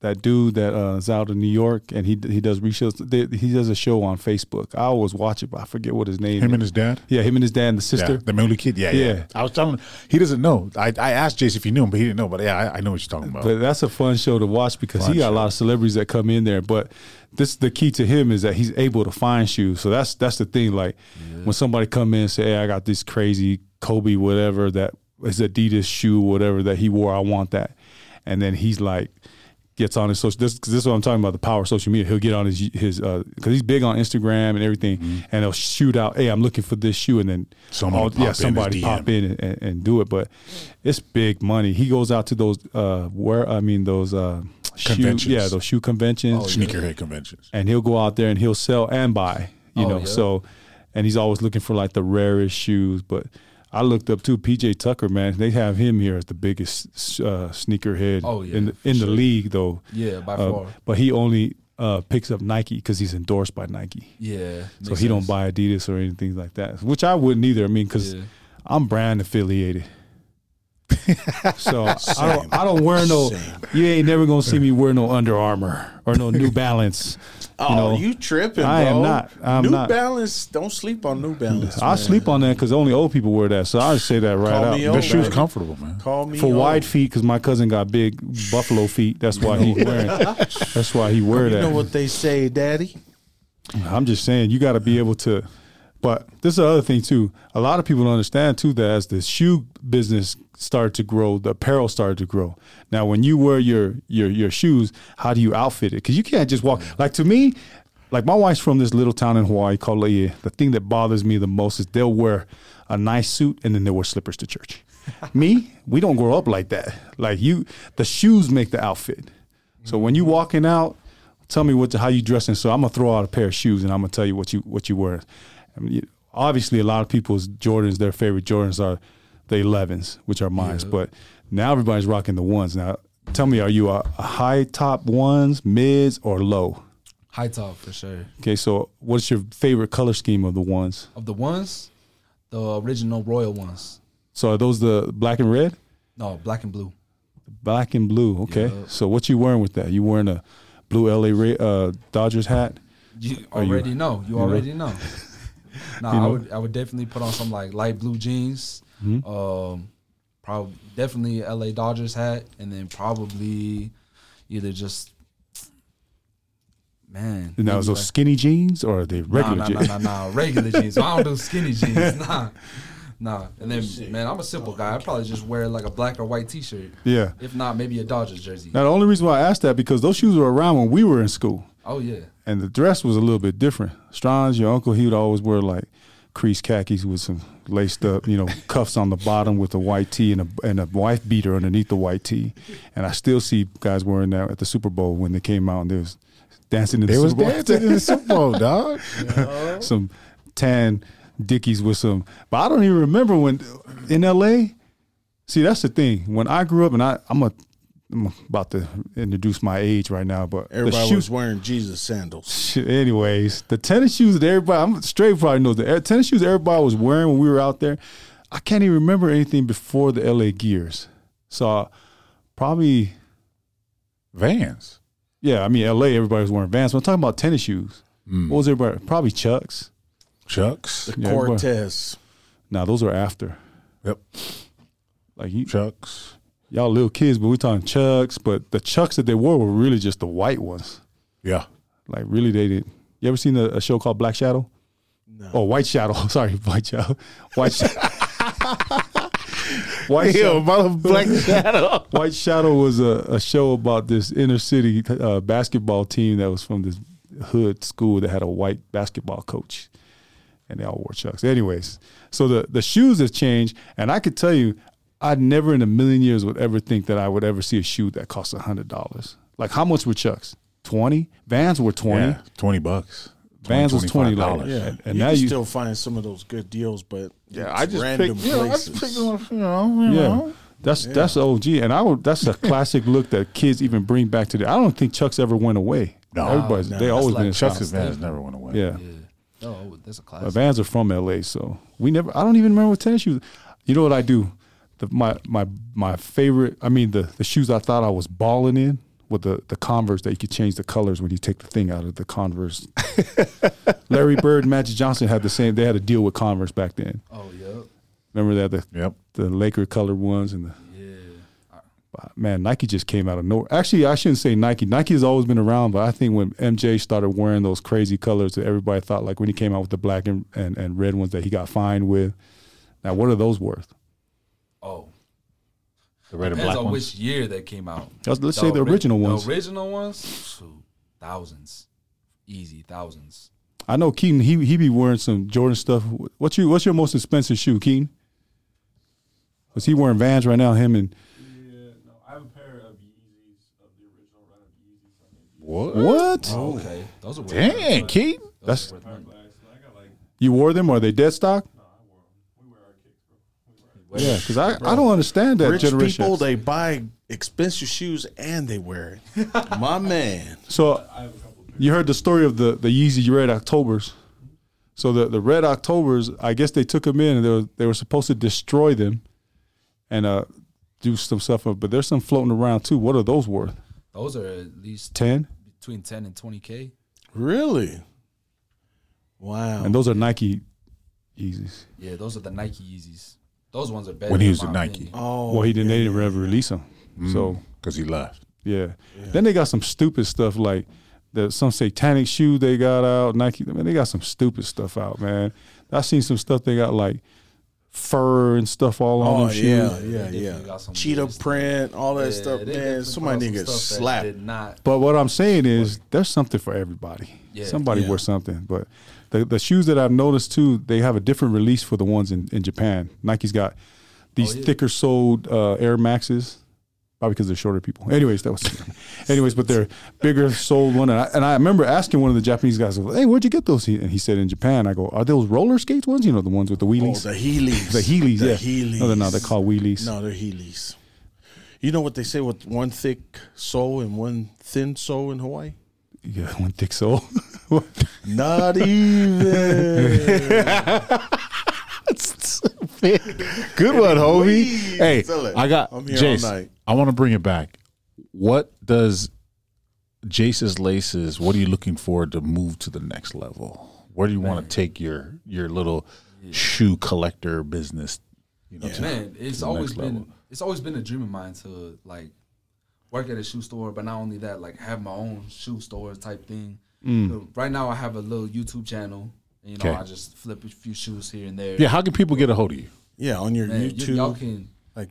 B: that dude that uh, is out in New York and he he does reshows. They- He does a show on Facebook. I always watch it, but I forget what his name.
C: Him
B: is.
C: and his dad.
B: yeah, him and his dad and the
C: Yeah,
B: sister.
C: the Muley kid. Yeah, yeah,
B: Yeah.
C: I was telling he doesn't know. I, I asked Jace if he knew him, but he didn't know. But yeah, I, I know what you're talking about.
B: But that's a fun show to watch because
C: Fun
B: he got
C: show.
B: a lot of celebrities that come in there. But this the key to him is that he's able to find shoes. So that's that's the thing. Like when somebody come in and say, "Hey, I got this crazy Kobe whatever that is Adidas shoe whatever that he wore. I want that," and then he's like. Gets on his social. This, 'cause this is what I'm talking about. The power of social media. He'll get on his his because he's big on Instagram and everything, and he'll shoot out. Hey, I'm looking for this shoe, and then
C: Somebody
B: all-
C: pop in
B: yeah,
C: his
B: somebody
C: DM.
B: pop in in and, and do it. But it's big money. He goes out to those uh where I mean those uh
C: Conventions.
B: shoe oh, yeah those shoe conventions,
D: Oh,
C: Sneakerhead conventions.
B: and he'll go out there and he'll sell and buy. You
D: Oh,
B: know
D: yeah.
B: so, and he's always looking for like the rarest shoes. But I looked up too PJ Tucker man. They have him here as the biggest uh, sneakerhead
D: Oh, yeah,
B: in in the league though.
D: yeah, by
B: Uh,
D: far.
B: but he only uh, picks up Nike because he's endorsed by Nike.
D: Yeah,
B: So
D: makes
B: he don't
D: sense.
B: buy Adidas or anything like that, which I wouldn't either. I mean, because
D: Yeah.
B: I'm brand affiliated, so I
A: Same.
B: don't I don't wear no.
A: Same.
B: You ain't never gonna see me wear no Under Armour or no New Balance.
A: Oh,
B: you
A: you,
B: know,
A: tripping?
B: I am
A: bro.
B: not. I'm
A: New
B: not.
A: Balance. Don't sleep on New Balance.
B: I
A: man.
B: sleep on that because only old people wear that. So I just say that right
A: Call
B: out.
A: me
C: Their
A: old,
C: shoes
A: man.
C: comfortable, man.
A: Call me
B: For
A: old.
B: wide feet, because my cousin got big buffalo feet. That's why he wearing. That's why he wear
A: You
B: that.
A: know what they say, Daddy?
B: I'm just saying you got to be able to. But this is the other thing too. A lot of people don't understand too that as the shoe business started to grow, the apparel started to grow. Now, when you wear your your your shoes, how do you outfit it? Because you can't just walk. Like to me, like my wife's from this little town in Hawaii called Laie. The thing that bothers me the most is they'll wear a nice suit and then they'll wear slippers to church. me, we don't grow up like that. Like you, the shoes make the outfit. So when you walking out, tell me what how you dressing. So I'm gonna throw out a pair of shoes and I'm gonna tell you what you what you wear. I mean, you- obviously, a lot of people's Jordans, their favorite Jordans are the 11s, which are mine. But now everybody's rocking the ones. Now tell me, are you a, a high top ones, mids, or low?
D: high top for sure.
B: Okay, so what's your favorite color scheme of the ones?
D: Of the ones, the original royal ones.
B: So are those the black and red?
D: No, black and blue.
B: Black and blue. Okay.
D: Yeah.
B: So what you wearing with that? You wearing a blue LA Ra- uh, Dodgers hat?
D: You
B: you-
D: already know. You, already know. nah,
B: You
D: I
B: know. Hmm?
D: would I would definitely put on some like light blue jeans. Um, probably definitely L.A. Dodgers hat, and then probably either just man.
B: And that was those skinny jeans or are they regular
D: nah, nah,
B: jeans?
D: nah, nah, nah, regular jeans. I don't do skinny jeans. Nah, nah. And then man, I'm a simple guy. I probably just wear like a black or white T-shirt.
B: Yeah.
D: If not, maybe a Dodgers jersey.
B: Now the only reason why I asked that because those shoes were around when we were in school,
D: Oh yeah.
B: and the dress was a little bit different. Strong's, your uncle, he would always wear like creased khakis with some laced up, you know, cuffs on the bottom with a white tee and a and a wife beater underneath the white tee. And I still see guys wearing that at the Super Bowl when they came out and they was dancing in the
C: They was
B: Super Bowl.
C: dancing in the Super Bowl, dog.
B: some tan dickies with some. But I don't even remember when in L.A. See, that's the thing. When I grew up, and I, I'm a, I'm about to introduce my age right now, but
A: Everybody
B: the
A: was
B: shoes.
A: wearing Jesus sandals.
B: Anyways, the tennis shoes that everybody, I'm straight probably knows the air- tennis shoes everybody was wearing when we were out there. I can't even remember anything before the L.A. Gears. So probably,
C: Vans.
B: yeah. I mean, L.A. Everybody was wearing Vans. But I'm talking about tennis shoes. What was everybody? Probably Chucks.
C: Chucks.
A: The
B: Yeah, everybody-
A: Cortez.
B: Now those are after.
C: Yep.
B: Like you,
C: Chucks.
B: y'all little kids, but we talking chucks. But the chucks that they wore were really just the white ones.
C: Yeah.
B: Like really, they did. You ever seen a, a show called Black Shadow? No. Oh, White Shadow. Sorry, White Shadow. White Shadow. White, Shadow,
C: Black Shadow.
B: White Shadow was a, a show about this inner city uh, basketball team that was from this hood school that had a white basketball coach, and they all wore chucks. Anyways, so the the shoes have changed, and I could tell you, I never in a million years would ever think that I would ever see a shoe that costs hundred dollars. Like how much were Chucks? Twenty. Vans were twenty.
C: Yeah, twenty bucks.
B: Vans was twenty
C: $25.
B: dollars.
A: Yeah,
B: And, and
A: you
B: now
A: can
B: you
A: still find some of those good deals, but
C: Yeah,
A: it's
C: I just
A: random
C: picked. Yeah, I just
A: places.
C: picked one. You know, you
B: yeah.
C: know.
B: That's that's the OG, and I would. That's a classic look that kids even bring back today. I don't think Chucks ever went away.
C: No.
B: everybody's
A: No,
B: they always
D: like
B: been in
C: Chuck's
B: style.
C: Vans never went away.
B: Yeah,
D: Yeah. Oh, that's a
B: My
D: classic.
B: Vans are from LA, so we never. I don't even remember what tennis shoes. You know what I do? The, my my my favorite. I mean the the shoes I thought I was balling in with the the Converse that you could change the colors when you take the thing out of the Converse. Larry Bird, and Magic Johnson had the same. They had a deal with Converse back then.
D: Oh, yeah.
B: Remember that the
C: Yep.
B: the Laker colored ones and the
D: Yeah.
B: man, Nike just came out of nowhere. Actually, I shouldn't say Nike. Nike has always been around, but I think when MJ started wearing those crazy colors that everybody thought, like when he came out with the black and, and, and red ones that he got fined with. Now, what are those worth?
D: Oh.
C: The red and
D: Depends
C: black
D: on
C: ones.
D: which year that came out.
B: Let's, let's say the
D: ori-
B: original ones.
D: The original ones, phew, thousands, easy thousands.
B: I know Keaton. He he be wearing some Jordan stuff. What's your What's your most expensive shoe, Keaton? Was he wearing Vans right now? Him and
C: what?
B: what?
D: Okay, those are worth
C: Dang, Keith.
B: That's
D: worth money.
B: you wore them? Are they dead stock? Yeah, because I, I don't understand that
A: Rich
B: generation.
A: people they buy expensive shoes and they wear it. My man,
B: So you heard the story of the the Yeezy Red Octobers. So the the Red Octobers, I guess they took them in and they were, they were supposed to destroy them, and uh, do some stuff. Up, but there's some floating around too. What are those worth?
D: Those are at least
B: Ten.
D: between ten and twenty k.
A: really? Wow.
B: And those are Nike Yeezys.
D: Yeah, those are the Nike Yeezys. Those ones are better.
C: When he
D: in
C: was
D: my
C: at Nike.
D: opinion.
A: oh,
B: well, he didn't. They didn't ever release them.
A: Mm.
B: So
C: Because he left.
B: yeah. Then they got some stupid stuff like the some satanic shoe they got out. Nike. I mean, they got some stupid stuff out, man. I seen some stuff they got like fur and stuff all on
A: oh
B: them shoes.
A: yeah,
D: They
A: yeah,
D: definitely
A: yeah.
D: got some
A: Cheetah
D: weird stuff.
A: print, all that
D: Yeah,
A: stuff,
D: they
A: man.
D: definitely
A: So many
D: brought some
A: niggas
D: stuff that
A: slapped.
D: Did not.
B: But what I'm saying is, there's something for everybody.
D: Yeah.
B: Somebody
A: Yeah.
B: wears something. But the, the shoes that I've noticed too, they have a different release for the ones in, in Japan. Nike's got these
D: Oh, yeah.
B: thicker soled uh, Air Maxes, probably because they're shorter people. Anyways, that was. anyways, but they're bigger soled one. And I, and I remember asking one of the Japanese guys, "Hey, where'd you get those?" He- And he said, "In Japan." I go, "Are those roller skates ones? You know, the ones with the
A: Oh,
B: wheelies."
A: the Heelys.
B: the Heelys,
A: the
B: yeah.
A: Heelys.
B: No, they're not. They're called wheelies.
A: No, they're Heelys. You know what they say with one thick sole and one thin sole in Hawaii?
B: Yeah, one thick sole.
A: Not even.
C: Good one,
A: Please,
C: Hobie. Hey,
A: tell it.
C: I got
A: I'm here all
C: Jace.
A: night.
C: I want to bring it back. What does Jace's laces? What are you looking for to move to the next level? Where do you want to take your your little shoe collector business? You know, to-
D: Man, it's
C: the
D: always
C: next
D: been
C: level.
D: it's always been a dream of mine to like work at a shoe store, but not only that, like have my own shoe store type thing.
B: Mm.
D: So Right now, I have a little YouTube channel. And, you know,
C: 'Kay.
D: I just flip a few shoes here and there.
C: yeah. How can people get a hold of you?
A: yeah, on your
D: Man, you-
A: YouTube.
D: y'all can
A: like,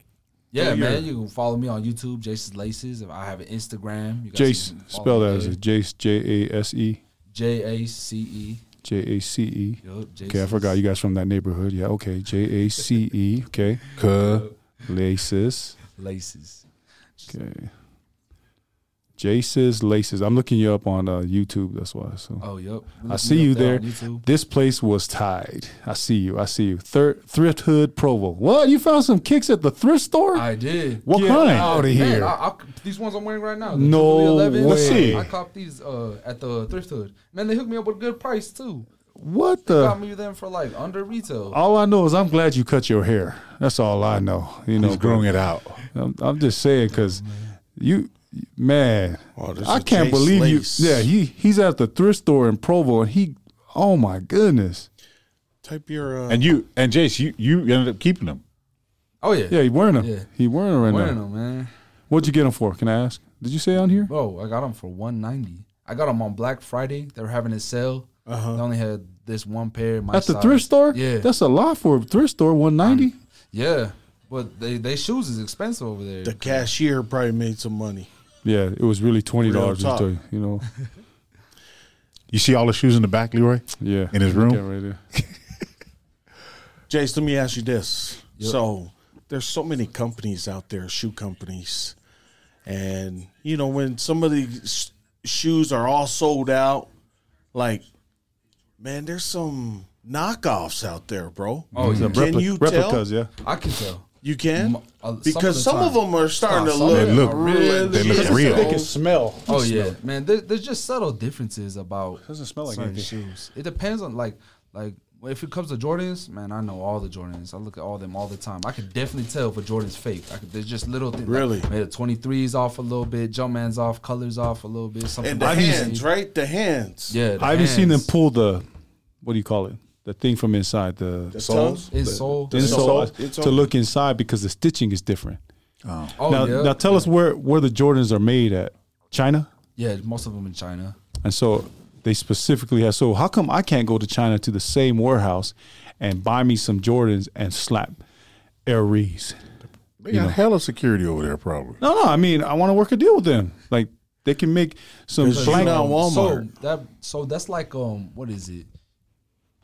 D: Yeah,
A: Where
D: man, you can follow me on YouTube, Jason's Laces. If I have an Instagram. You guys can
B: Jace,
D: follow
B: spell
D: me
B: that as
D: there.
B: a Jace, J A S E.
D: J A C E.
B: J A C E.
D: Yup,
B: Okay, I
D: Jason's.
B: forgot you guys from that neighborhood. Yeah, okay. J A C E. Okay.
C: Cuh.
B: Laces.
D: Laces.
B: Okay. Jace's Laces. I'm looking you up on uh, YouTube. That's why. So
D: Oh, yep.
B: I see you there.
D: YouTube.
B: This place was tied. I see you. I see you. Thir- thrift Hood Provo. What? You found some kicks at the thrift store?
D: I did.
C: What
B: Get
C: kind?
B: out of
D: Man,
B: here.
D: I, I, these ones I'm wearing right now. the
B: No
D: Jubilee 11.
B: Let's
C: way. see.
D: I copped these uh, at the thrift hood. Man, they hooked me up with a good price too.
B: what
D: Got
B: the?
D: me them for like under retail.
B: All I know is I'm glad you cut your hair. That's all I know. You know,
C: He's growing it out.
B: I'm, I'm just saying because you, man,
A: Oh, this
B: I
A: is
B: can't
A: Jace
B: believe
A: Lace.
B: you. Yeah, he he's at the thrift store in Provo, and he, oh my goodness,
A: type your. Uh,
C: And you and Jace, you you ended up keeping them.
D: Oh yeah,
B: yeah, he wearing them.
D: Yeah.
B: He wearing them right
D: wearing
B: now.
D: them, man.
B: What'd you get them for? Can I ask? Did you say on here?
D: Bro, I got them for 190. I got them on Black Friday. They were having a sale. They only had this one pair. My
B: Uh-huh. At the
D: size.
B: thrift store?
D: Yeah,
B: that's a lot for a thrift store. One ninety.
D: yeah. But they they shoes is expensive over there.
A: the cashier probably made some money.
B: Yeah, it was really twenty dollars.
A: Real talk.
B: You know,
C: You see all the shoes in the back, Leroy,
B: yeah,
C: in his
B: Yeah,
C: room.
B: right there.
A: Jace, let me ask you this.
D: Yep.
A: So, there's so many companies out there, shoe companies, and you know when some of these shoes are all sold out, like man, there's some knockoffs out there, bro.
D: Oh, yeah.
A: can
B: Repli-
A: you tell?
B: replicas, yeah.
D: I can tell.
A: You can
D: M- uh, some
A: because
D: of the
A: some of,
D: time.
A: them are starting
D: Nah,
A: to
D: some of
A: look.
D: them
C: look-
A: are really
C: they look
A: good.
C: real. They can
B: smell.
D: Oh yeah, man. There, there's just subtle differences about
B: Doesn't smell like
D: certain
B: anything.
D: shoes. It depends on like like if it comes to Jordans, man. I know all the Jordans. I look at all them all the time. I could definitely tell if a Jordan's fake. I could, there's just little things.
A: Really?
D: like, man, the 23s off a little bit, Jumpman's off, colors off a little bit. Something
A: And the
D: like that.
A: hands, right? The hands.
D: Yeah,
B: I haven't seen them
D: hands.
B: pull the what do you call it? The thing from inside the,
A: The
B: soles,
A: tongue?
B: the
D: Insole.
B: the
A: Insole.
B: insole,
A: Insole.
B: to look inside because the stitching is different.
D: Oh
B: now,
D: yeah,
B: now tell us where where the Jordans are made at China,
D: yeah. Most of them in China.
B: and so they specifically have. So how come I can't go to China to the same warehouse and buy me some Jordans and slap Aries?
C: They got hella security over there, probably.
B: No, no. I mean, I want to work a deal with them. Like they can make some
A: Because you
B: blank
A: know Walmart.
D: So that so that's like um what is it?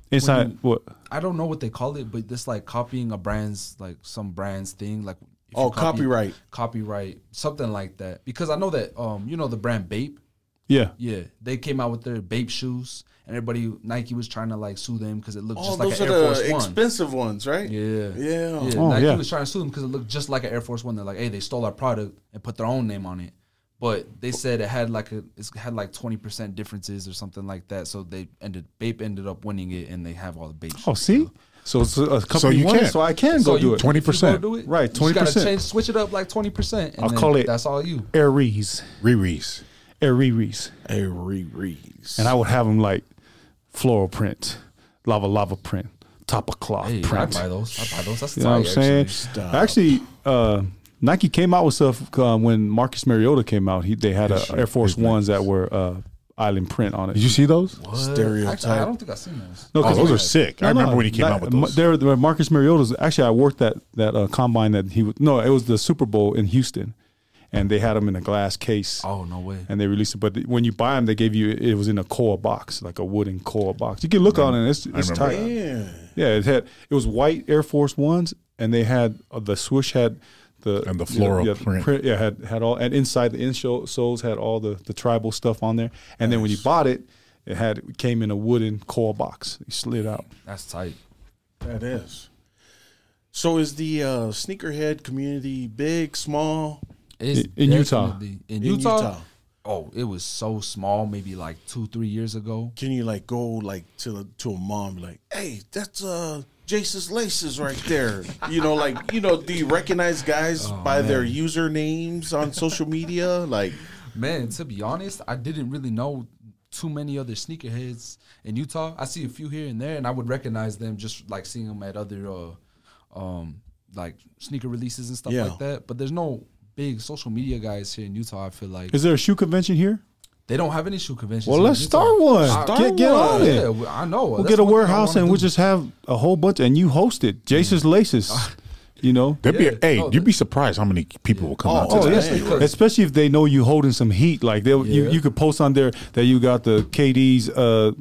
B: inside.
D: when you-
B: what?
D: I don't know what they call it, but it's like copying a brand's like some brand's thing, like if you
A: Oh, copyright.
D: copyright, something like that. Because I know that um, you know the brand Bape,
B: Yeah.
D: yeah, they came out with their Bape shoes, and everybody Nike was trying to like sue them because it looked
A: Oh,
D: just like
A: those
D: an Air
A: are
D: Force
A: the
D: One.
A: expensive ones, right?
D: Yeah,
A: Yeah.
D: yeah.
B: Oh,
D: Nike
B: yeah.
D: was trying to sue them because it looked just like an Air Force One. They're like, hey, they stole our product and put their own name on it. But they said it had like a it had like twenty percent differences or something like that. So they ended Bape ended up winning it, and they have all the Bape.
B: Oh,
D: shoes
B: see. So it's a a company
C: you
B: won it,
C: can.
B: so I can go do it.
C: 20%.
D: you go do it,
B: Right,
D: you just gotta
B: 20%.
D: change- Switch it up like twenty percent.
B: I'll call it-
D: That's all you.
B: Aries,
C: Riri's.
B: Aries,
A: Hey, Reese.
B: and I would have them like floral print, lava lava print, top of cloth
D: Hey, I
B: print.
D: buy those. I buy those. That's
B: You know what I'm
D: tight,
B: saying?
D: actually.
A: Stop.
B: Actually, uh, Nike came out with stuff um, when Marcus Mariota came out. He they had uh, Air Force Ones that were uh, island print on it.
C: Did you see those?
D: What?
A: Stereotype.
D: Actually, I don't think I've seen those.
B: No,
C: Oh,
B: 'cause-
C: those are sick.
B: No,
C: I
B: no,
C: remember when he came
B: that-
C: out with those.
B: There, there- Marcus Mariota's. Actually, I worked that that uh, combine that he was. No, it was the Super Bowl in Houston, and they had them in a glass case.
D: Oh no way.
B: and they released it. But th- when you buy them, they gave you it was in a core box, like a wooden core box. You can look on it; it's, it's tight.
A: Yeah.
B: Yeah, it had it was white Air Force Ones, and they had uh, the swoosh had the
C: And the floral
B: yeah, the
C: print.
B: yeah, had had all and inside the insoles had all the the tribal stuff on there. And then when you bought it, it had it came in a wooden core box. You slid out.
D: That's tight.
A: That is. So is the uh, sneakerhead community big, small?
D: It's
B: In- in Utah.
D: definitely- In,
A: In
D: Utah.
A: Utah.
D: Oh, it was so small. Maybe like two, three years ago.
A: Can you like go like to to a mom like, hey, that's uh Jason's laces right there. You know, like you know, do you recognize guys by their usernames on social media? Like,
D: Man, to be honest, I didn't really know too many other sneakerheads in Utah. I see a few here and there, and I would recognize them just like seeing them at other, uh, um, like sneaker releases and stuff
A: Yeah.
D: like that. But there's no big social media guys here in Utah. I feel like
B: Is there a shoe convention here?
D: they don't have any shoe conventions.
B: Well,
D: here in
B: let's
D: Utah.
B: start one. Get- get on it.
D: Yeah, we- I know.
B: We'll get a warehouse and we'll just have a whole bunch, and you host it,
C: Mm.
B: Jason's Laces.
C: Ah.
B: You know,
C: There'd
D: Yeah.
C: be hey,
D: Oh,
C: you'd be surprised how many people will come out to
A: oh,
C: that.
A: yeah.
B: especially if they know you holding some heat. Like they, you,
D: Yeah.
B: you could post on there that you got the KD's, uh,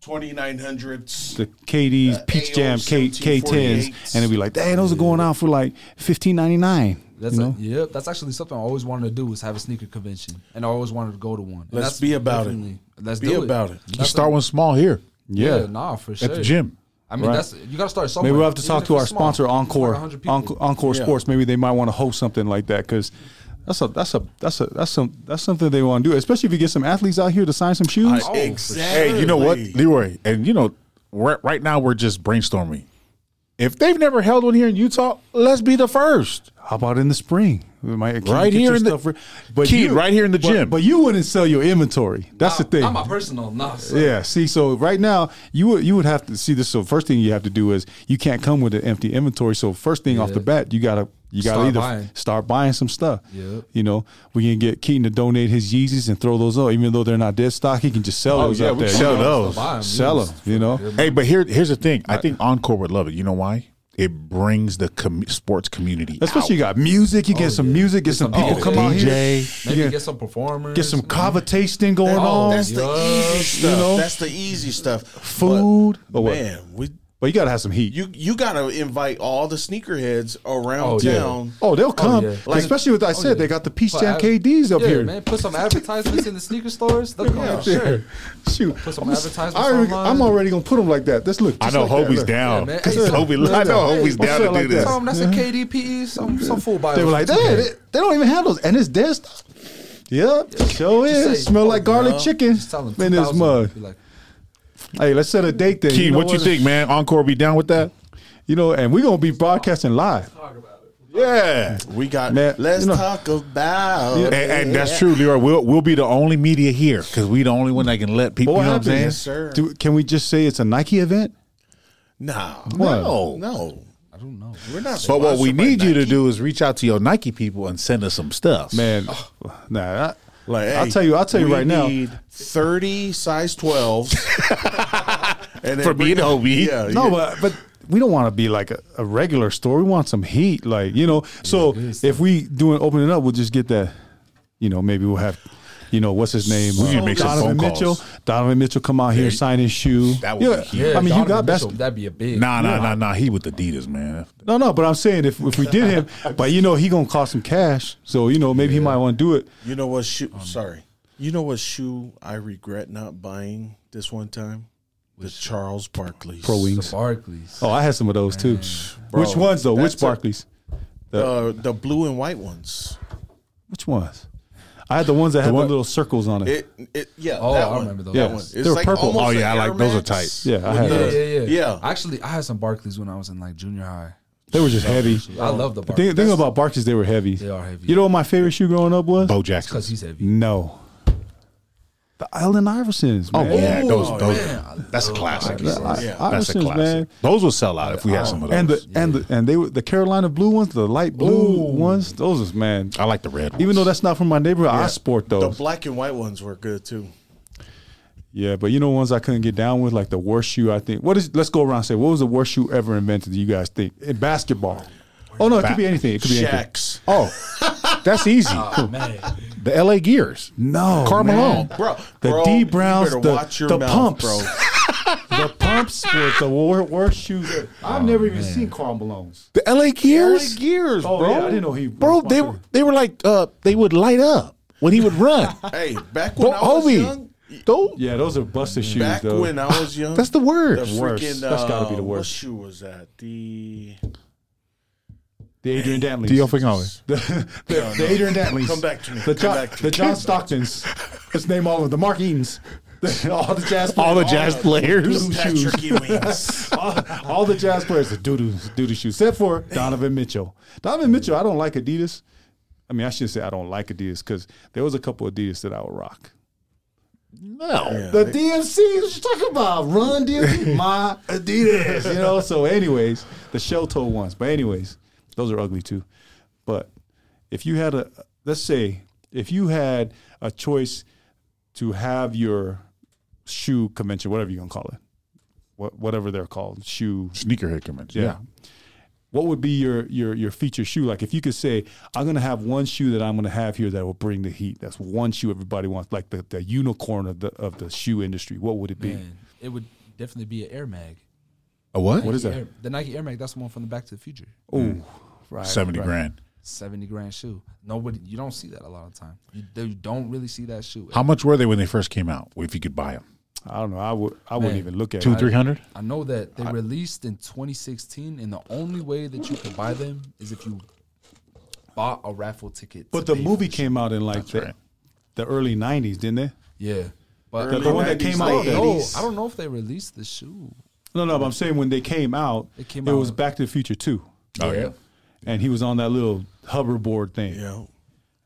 A: twenty nine hundreds.
B: the KD's Peach Jam K K tens, and it'd be like, dang, those are going out for like fifteen ninety nine.
D: That's
B: you
D: a,
B: know?
D: yep. That's actually something I always wanted to do is have a sneaker convention, and I always wanted to go to one. And
A: Let's
D: that's
A: be about it.
D: definitely- Let's
A: Be
D: do
A: about it.
C: You start one small here
D: Yeah,
B: yeah.
D: nah, for sure.
C: at the gym.
D: I mean,
B: Right.
D: that's you got to start somewhere.
B: Maybe we'll have to
D: Oh, even
B: talk
D: if
B: to
D: it's
B: our
D: small.
B: sponsor Encore,
D: Like 100 people.
B: Encore, Encore
A: Yeah.
B: Sports. Maybe they might want to host something like that because that's a that's a that's a that's some that's something they want to do. Especially if you get some athletes out here to sign some shoes.
D: Oh, for sure.
A: exactly.
C: Hey, you know what, Leroy? And you know, right, right now we're just brainstorming. If they've never held one here in Utah, let's be the first.
B: How about in the spring? We might can you
C: Right
B: get
C: here
B: your
C: in the-
B: re-
C: Kid, right here in the
B: but-
C: gym.
B: But you wouldn't sell your inventory. That's the thing.
D: I'm a personal, nah. So.
B: yeah. See, so right now you would you would have to see this. So first thing you have to do is you can't come with an empty inventory. So first thing off the bat, you gotta you gotta
D: Start
B: either
D: buying.
B: start buying some stuff.
D: Yep.
B: You know, we can get Keaton to donate his Yeezys and throw those out, even though they're not dead stock. He can just sell those
C: yeah,
B: out
C: we
B: there.
C: can sell
B: You know?
C: those.
D: Buy 'em,
B: Sell
D: yeah.
B: 'em, you know.
C: Hey, but here, here's the thing. I think Encore would love it. You know why? It brings the com- sports community.
B: Especially you
C: out.
B: got music. You get some music. Get some people
D: people.
B: come out here.
C: DJ.
D: Maybe
B: You
D: get
B: get,
D: some performers.
B: get some
D: you know?
B: cava tasting going
A: Oh,
B: on.
A: that's the
D: Yeah.
A: easy stuff.
B: know?
A: That's the easy stuff.
B: food.
A: But,
B: or what?
A: man, we
B: But you gotta have some heat.
A: You you gotta invite all the sneakerheads around
D: Oh, yeah.
A: town.
B: oh, they'll come.
D: yeah.
B: Like, especially with I said they got the Peace Jam KDs up
D: yeah,
B: here.
D: man. Put some advertisements in the sneaker stores. They'll come out. Sure.
B: Sure. Shoot,
D: Oh, Put some
B: I'm, just-
D: advertisements
B: I already,
D: online.
B: I'm already gonna put them like that. Let's look.
C: I
B: just
C: know
B: like that.
C: Hobie's
B: Look.
C: down.
D: man.
C: Cause
D: Hey, so-
C: Hobie, I know
D: Hey,
C: Hobie's
D: I'm
C: down to do
B: like
C: this.
B: that.
D: Tell them that's a KDPE. E, Some some fool buy.
B: Uh-huh. They were like,
D: it.
B: "Dad, they, they don't even have those, and it's dead stuff." Yep, sure
D: Just
B: is.
D: say, "Oh,
B: Smell like garlic chicken
D: Just tell them
B: in this
D: 2000.
B: mug.
D: Be like,
B: Hey, let's set a date then.
C: Key,
B: know
C: what you think, man? Encore be down with that?
B: You know, and we're gonna be broadcasting live.
C: Yeah.
A: We got.
B: Man,
A: let's
B: you know-
A: talk about.
C: And, and that's true, Leroy. We'll, we'll be the only media here because we the only one that can let people.
B: But
C: you know what I'm saying?
A: Yes, sir.
B: Do, can we just say it's a Nike event?
A: No,
B: What?
A: no, no.
D: I don't know.
A: We're not.
C: But what we
A: sponsored by
C: need you to
A: Nike.
C: do is reach out to your Nike people and send us some stuff,
B: Man, nah. I,
A: Like,
B: I'll
A: hey,
B: tell you. I'll tell you
A: we
B: right now.
A: need Thirty size twelves. and then
C: For
A: bring-
C: me and Hobie.
A: Yeah. yeah.
B: No, but but we don't want to be like a, a regular store. We want some heat, like you know. So if we doing opening up, we'll just get that. You know, maybe we'll have. You know what's his name?
C: We can make some
B: Donovan
C: phone
B: Mitchell.
C: calls.
B: Donovan Mitchell come out here sign his shoe.
C: That would be huge.
B: I mean, you got best.
D: That'd be a big.
C: Nah, nah, nah, nah. He with Adidas, man.
B: No, no, but I'm saying if, if we did him, but you know he gonna cost some cash, so you know maybe he might want to do it.
A: You know what shoe?
C: Um,
A: sorry. You know what shoe I regret not buying this one time? The Charles Barkley's
B: Pro
D: The
B: wings.
D: Barclays.
B: Oh, I had some of those too.
A: Bro,
B: Which ones though? Which
A: that's a-
B: Barclays?
A: Uh, the blue and white ones.
B: Which ones? I had the ones that had the
C: one-
B: little circles on it.
A: It, it, yeah.
D: Oh,
A: that
D: I
A: one.
D: remember those.
B: Yeah.
A: That one. It's
B: They were
A: like
B: purple.
A: almost
C: Oh, yeah,
A: an
C: I
A: Air
C: like- those are
A: Max.
C: tight.
B: Yeah, I
A: With
B: had
A: the-
D: Yeah,
B: those.
D: yeah, yeah.
A: Yeah.
D: Actually, I had some Barclays when I was in like junior high.
B: they were just heavy.
D: I love the
B: The thing,
D: Barclays.
B: thing about Barclays, they were heavy.
D: They are heavy.
B: You know what my favorite shoe growing up was?
C: Bo
D: because
C: Jackson.
D: he's heavy.
B: No. The Allen Iversons,
D: Oh,
B: man.
C: Oh, Yeah, those, those.
D: man.
C: That's a classic.
B: Yeah.
C: That's a
B: Iversons,
C: classic.
B: man.
C: Those will sell out if we had some of those.
B: And the and the, and they were the Carolina blue ones, the light blue ones. Those is man.
C: I like the red. Ones.
B: Even though that's not from my neighborhood, I sport
A: The
B: those.
A: black and white ones were good too.
B: yeah, but you know ones I couldn't get down with, like the worst shoe I think. What is? Let's go around and say what was the worst shoe ever invented? Do you guys think in basketball? Oh no, it could be anything. It could be anything.
A: Shaq's.
C: oh, that's easy.
D: Oh, man.
C: The L.A. Gears.
B: No,
C: Carmelo.
B: man.
A: Bro,
B: The
A: bro,
B: D
A: you
B: Browns,
A: better
B: the-
A: watch your
B: the
A: mouth,
B: pumps.
A: bro.
B: The pumps with the wor- Oh, worst shoes. ever. I've never even seen Carl Malone's.
C: The L.A. Gears.
A: Like gears,
B: Oh
A: bro.
B: yeah, I didn't know he.
C: Bro, they were they were like uh they would light up when he would run.
A: Hey, back when
C: Bro,
A: I was
C: Hobie,
A: young,
C: don't.
B: Yeah, those are busted shoes.
A: back
B: though.
A: when I was young,
C: That's the
A: the
C: word.
B: worst.
A: freaking.
B: That's
A: uh,
B: gotta be the
A: What
B: worst.
A: shoe was that? The
B: The Adrian Dantley.
C: Diofingale.
B: the, the, the Adrian Dantleys.
A: Come back to me.
B: The
A: Come
B: John,
A: back to
B: the John Stocktons. Let's name all of them. The Mark Eaton's. The- all the jazz players.
C: All the jazz players.
B: Blue shoes.
A: Patrick Ewing's.
B: All, all the jazz players. The doo doo shoes. Except for Donovan Mitchell. Donovan Mitchell, I don't like Adidas. I mean, I should say I don't like Adidas because there was a couple Adidas that I would rock.
C: No.
B: The DMC, what you talking about? Run DMC, my Adidas. You know. So, anyways, the shell toe ones. But anyways, those are ugly too. But if you had a, let's say, if you had a choice to have your shoe convention, whatever you're gonna call it, what whatever they're called, shoe
C: Sneakerhead convention.
B: yeah. What would be your your your feature shoe? Like if you could say, I'm gonna have one shoe that I'm gonna have here that will bring the heat. That's one shoe everybody wants, like the, the unicorn of the of the shoe industry. What would it be?
D: Man, It would definitely be an Air Mag.
C: A what?
B: What is that?
D: Air- the Nike Air Mag. That's the one from the Back to the Future.
B: Oh, right,
C: Seventy
B: right.
C: grand.
D: Seventy grand shoe. Nobody. You don't see that a lot of time. You, you don't really see that shoe.
C: How much were they when they first came out? If you could buy them,
B: I don't know. I would I wouldn't
D: Man.
B: even look at
C: two
B: it.
C: three hundred.
D: I know that they released in 2016, and the only way that you could buy them is if you bought a raffle ticket.
B: But
D: to
B: the
D: pay for
B: movie
D: it.
B: came out in like the,
C: right.
B: the early '90s, didn't it?
D: yeah. But
A: Early
B: The one that
A: 90s,
B: came
D: I
B: out
A: late
D: don't know.
A: 80s.
D: I don't know if they released the shoe.
B: No, no. But I'm saying when they came out,
D: It came
B: it was
D: out-
B: Back to the Future Two,
C: Oh yeah.
B: and he was on that little hoverboard thing.
A: Yeah.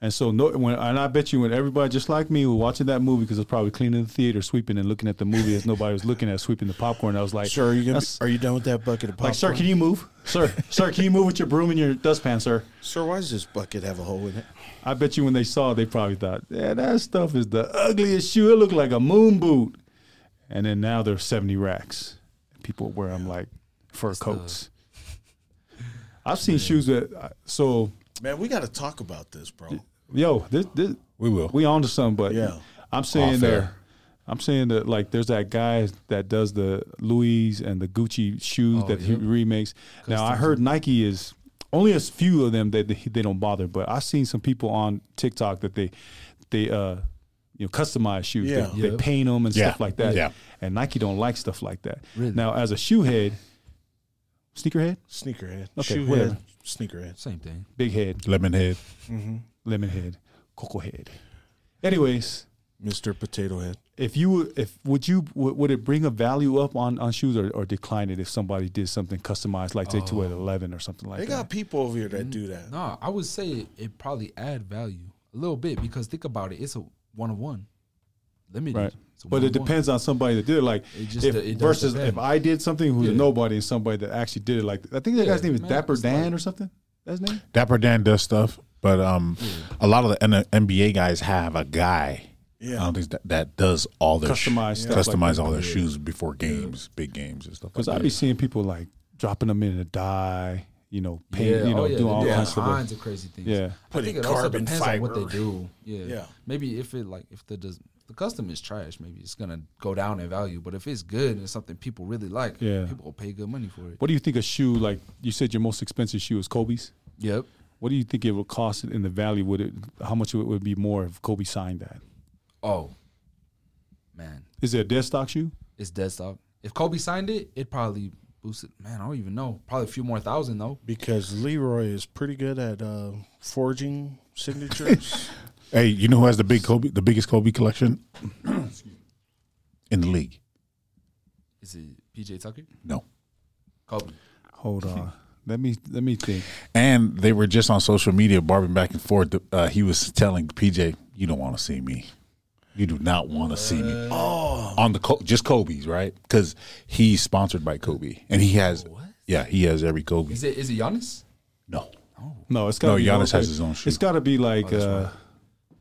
B: And so no, when and I bet you when everybody just like me was watching that movie because it's probably cleaning the theater, sweeping and looking at the movie as nobody was looking at sweeping the popcorn. I was like,
A: Sir, are you gonna be,
B: that's-
A: are you done with that bucket of popcorn?
B: like, sir, can you move, sir, sir, can you move with your broom and your dustpan, sir?
A: Sir, why does this bucket have a hole in it?
B: I bet you when they saw it, they probably thought, yeah, that stuff is the ugliest shoe. It looked like a moon boot. And then now they're seventy racks. People wear them like fur coats. I've seen shoes that uh, so
A: Man, we got to talk about this, bro.
B: yo, this, this
C: We will.
B: we on to something, but
A: Yeah.
B: I'm saying
C: Off
B: there
C: air.
B: I'm saying that like there's that guy that does the Louis and the Gucci shoes
D: Oh,
B: that he
D: yep.
B: remakes. Now I heard Nike is only a few of them that they, they don't bother, but I've seen some people on TikTok that they they uh you know customize shoes. They-
A: Yeah.
B: They,
D: Yep.
B: paint them and stuff
C: Yeah.
B: like that.
C: Yeah.
B: And Nike don't like stuff like that.
D: Really?
B: Now as a shoe head, sneaker head,
A: Sneakerhead.
B: Okay,
A: Shoehead.
B: whatever.
A: Sneakerhead.
D: Same thing.
B: big head,
C: Lemonhead.
B: lemon head, cocoa head. Anyways,
A: Mr. Potato Head.
B: if you if would you would, would it bring a value up on on shoes or, or decline it if somebody did something customized like say
D: Oh.
B: to an eleven or something like
A: They
B: that?
A: got people over here
B: Mm.
A: that do that.
D: No, I would say it, it probably add value a little bit because think about it. It's a one on one, limited.
B: Right.
D: It's a
B: But it
D: one-on-one.
B: depends on somebody that did it. Like,
D: It just-
B: if,
D: it does
B: versus
D: depend.
B: if I did something who's a
D: Yeah.
B: nobody and somebody that actually did it. Like, I think that
D: Yeah,
B: guy's name is
D: man,
B: Dapper
D: it's
B: Dan
D: like-
B: or something. That's his name.
C: Dapper Dan does stuff, but um, a lot of the N- NBA guys have a guy.
A: Yeah.
C: I don't think that, that does all their sho-
B: Customized stuff like
C: customize
B: that.
C: all their shoes before games, big games and stuff.
B: Because
C: like
B: I
C: that.
B: be seeing people like dropping them in a dye, you know, paint,
D: yeah,
B: you know,
D: oh, yeah,
B: doing
D: they
B: all
D: do
B: kinds of stuff.
D: kinds of crazy things.
B: Yeah.
D: I
A: Putting
D: think it also
A: carbon
D: depends on what
A: fiber.
D: they do. Yeah.
A: Yeah.
D: Maybe if it like if the does the custom is trash, maybe it's gonna go down in value. But if it's good and it's something people really like,
B: Yeah.
D: people will pay good money for it.
B: What do you think a shoe like? You said your most expensive shoe is Kobe's.
D: Yep.
B: What do you think it would cost in the value? Would it? How much would it would be more if Kobe signed that?
D: Oh man,
B: Is it a dead stock shoe?
D: it's dead stock. If Kobe signed it, it probably boosted. Man, I don't even know. Probably a few more thousand though.
A: Because Leroy is pretty good at uh, forging signatures.
C: Hey, you know who has the big Kobe, the biggest Kobe collection in the league?
D: Is it PJ Tucker?
C: No.
D: Kobe.
B: Hold on. let me let me think.
C: And they were just on social media barbing back and forth. Uh, he was telling PJ, "You don't want to see me. You do not want to see me." Oh, on the Ko- just Kobe's right because he's sponsored by Kobe, and he has
B: Oh,
C: yeah, he has every Kobe.
D: Is it is it Giannis?
C: No,
B: No, it's got
C: No,
B: to be
C: Giannis
B: more
C: has
B: like-
C: his own shoe.
B: It's got to be like uh,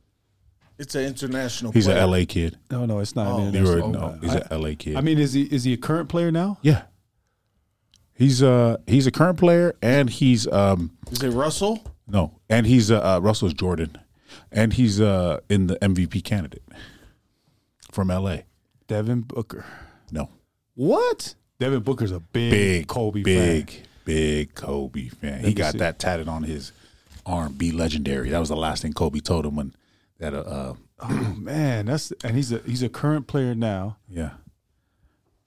A: it's an international
C: he's
A: player.
C: a LA kid.
B: no, no, it's not. an international-
C: Leroy, no, he's a LA kid.
B: Oh. I mean, is he is he a current player now?
C: yeah, he's uh he's a current player, and he's um
A: Is it Russell?
C: no, and he's uh, uh Russell's Jordan, and he's uh in the MVP candidate from LA.
B: Devin Booker.
C: No,
B: What? Devin Booker's a big,
C: big
B: Kobe
C: big
B: fan.
C: big Kobe fan.
B: me
C: He got
B: see.
C: that tatted on his arm. Be legendary. That was the last thing Kobe told him when that. Uh, uh
B: Oh, man, that's and he's a he's a current player now.
C: yeah,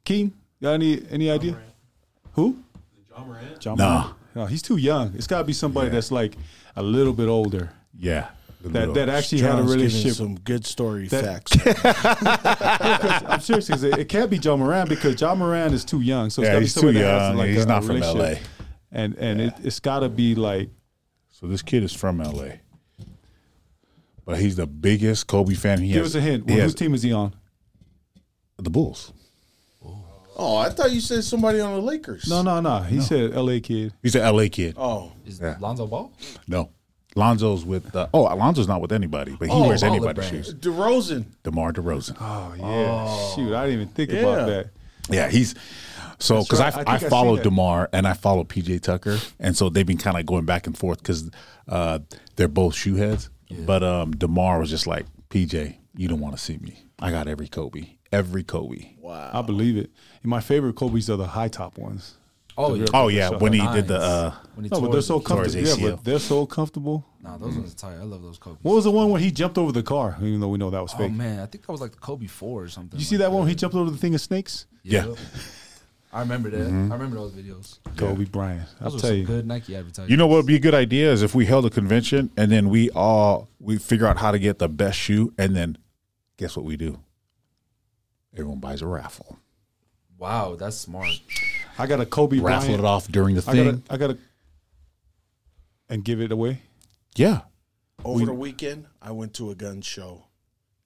B: King, got any any idea? Who? John Morant. John
C: Nah.
B: Morant. No, he's too young. It's got to be somebody that's like a little bit older.
C: yeah.
B: That that actually had a
A: John's giving
B: relationship.
A: Some good story
B: That-
A: facts.
B: I'm serious. 'cause It, it can't be John Moran because John Moran is too young. So it's
C: Yeah,
B: gotta be
C: he's
B: somebody
C: too
B: that has,
C: young.
B: like,
C: He's
B: a-
C: not
B: a
C: from LA.
B: relationship. And and it, it's got to be like
C: so this kid is from L.A. But he's the biggest Kobe fan. He
B: give
C: has,
B: us a hint.
C: He
B: Well,
C: has
B: whose team is he on?
C: the Bulls.
A: oh, I thought you said somebody on the Lakers.
B: No, no, no. He said L.A. kid.
C: He's an L.A. kid.
A: Oh,
D: Is
C: Yeah.
D: Lonzo Ball?
C: No, Lonzo's with. Uh, oh, Lonzo's not with anybody, but he
A: Oh,
C: wears
D: Olive
C: anybody's
D: branch.
C: shoes.
A: DeRozan.
C: DeMar DeRozan.
B: Oh yeah. Shoot, I didn't even think
A: Yeah.
B: about that.
C: Yeah, he's so because
B: right. I
C: I,
B: think
C: I,
B: I seen
C: followed
B: that.
C: Demar and I followed PJ Tucker, and so they've been kind of going back and forth because uh, they're both shoe heads. But um, Demar was just like PJ, you don't want to see me. I got every Kobe, every Kobe.
B: I believe it. And my favorite Kobe's are the high top ones.
D: Oh yeah.
C: Oh yeah,
B: shot
C: when he
D: Nines.
C: did the uh,
D: when he
B: No, but
D: tore
B: they're
D: it.
B: so
C: tore his
B: comfortable. Yeah,
C: ACL.
B: but they're so comfortable.
D: Nah, those ones are tight. I love those Kobe.
B: What was the one where he jumped over the car? Even though we know that was
D: Oh
B: fake.
D: man, I think that was like the Kobe four or something.
B: you see that one? where He jumped over the thing of snakes.
C: yeah.
D: I remember that. I remember those videos.
B: Kobe Bryant. I'll
D: Those were
B: tell
D: some
B: you.
D: good Nike advertising.
C: You know what would be a good idea is if we held a convention and then we all we figure out how to get the best shoe, and then guess what we do? Everyone buys a raffle,
D: wow, that's smart.
B: I got a Kobe
C: raffle it
B: Bryant.
C: off during the
B: I got.
C: thing.
B: A, I got a. And give it away.
C: yeah.
A: Over the weekend, I went to a gun show.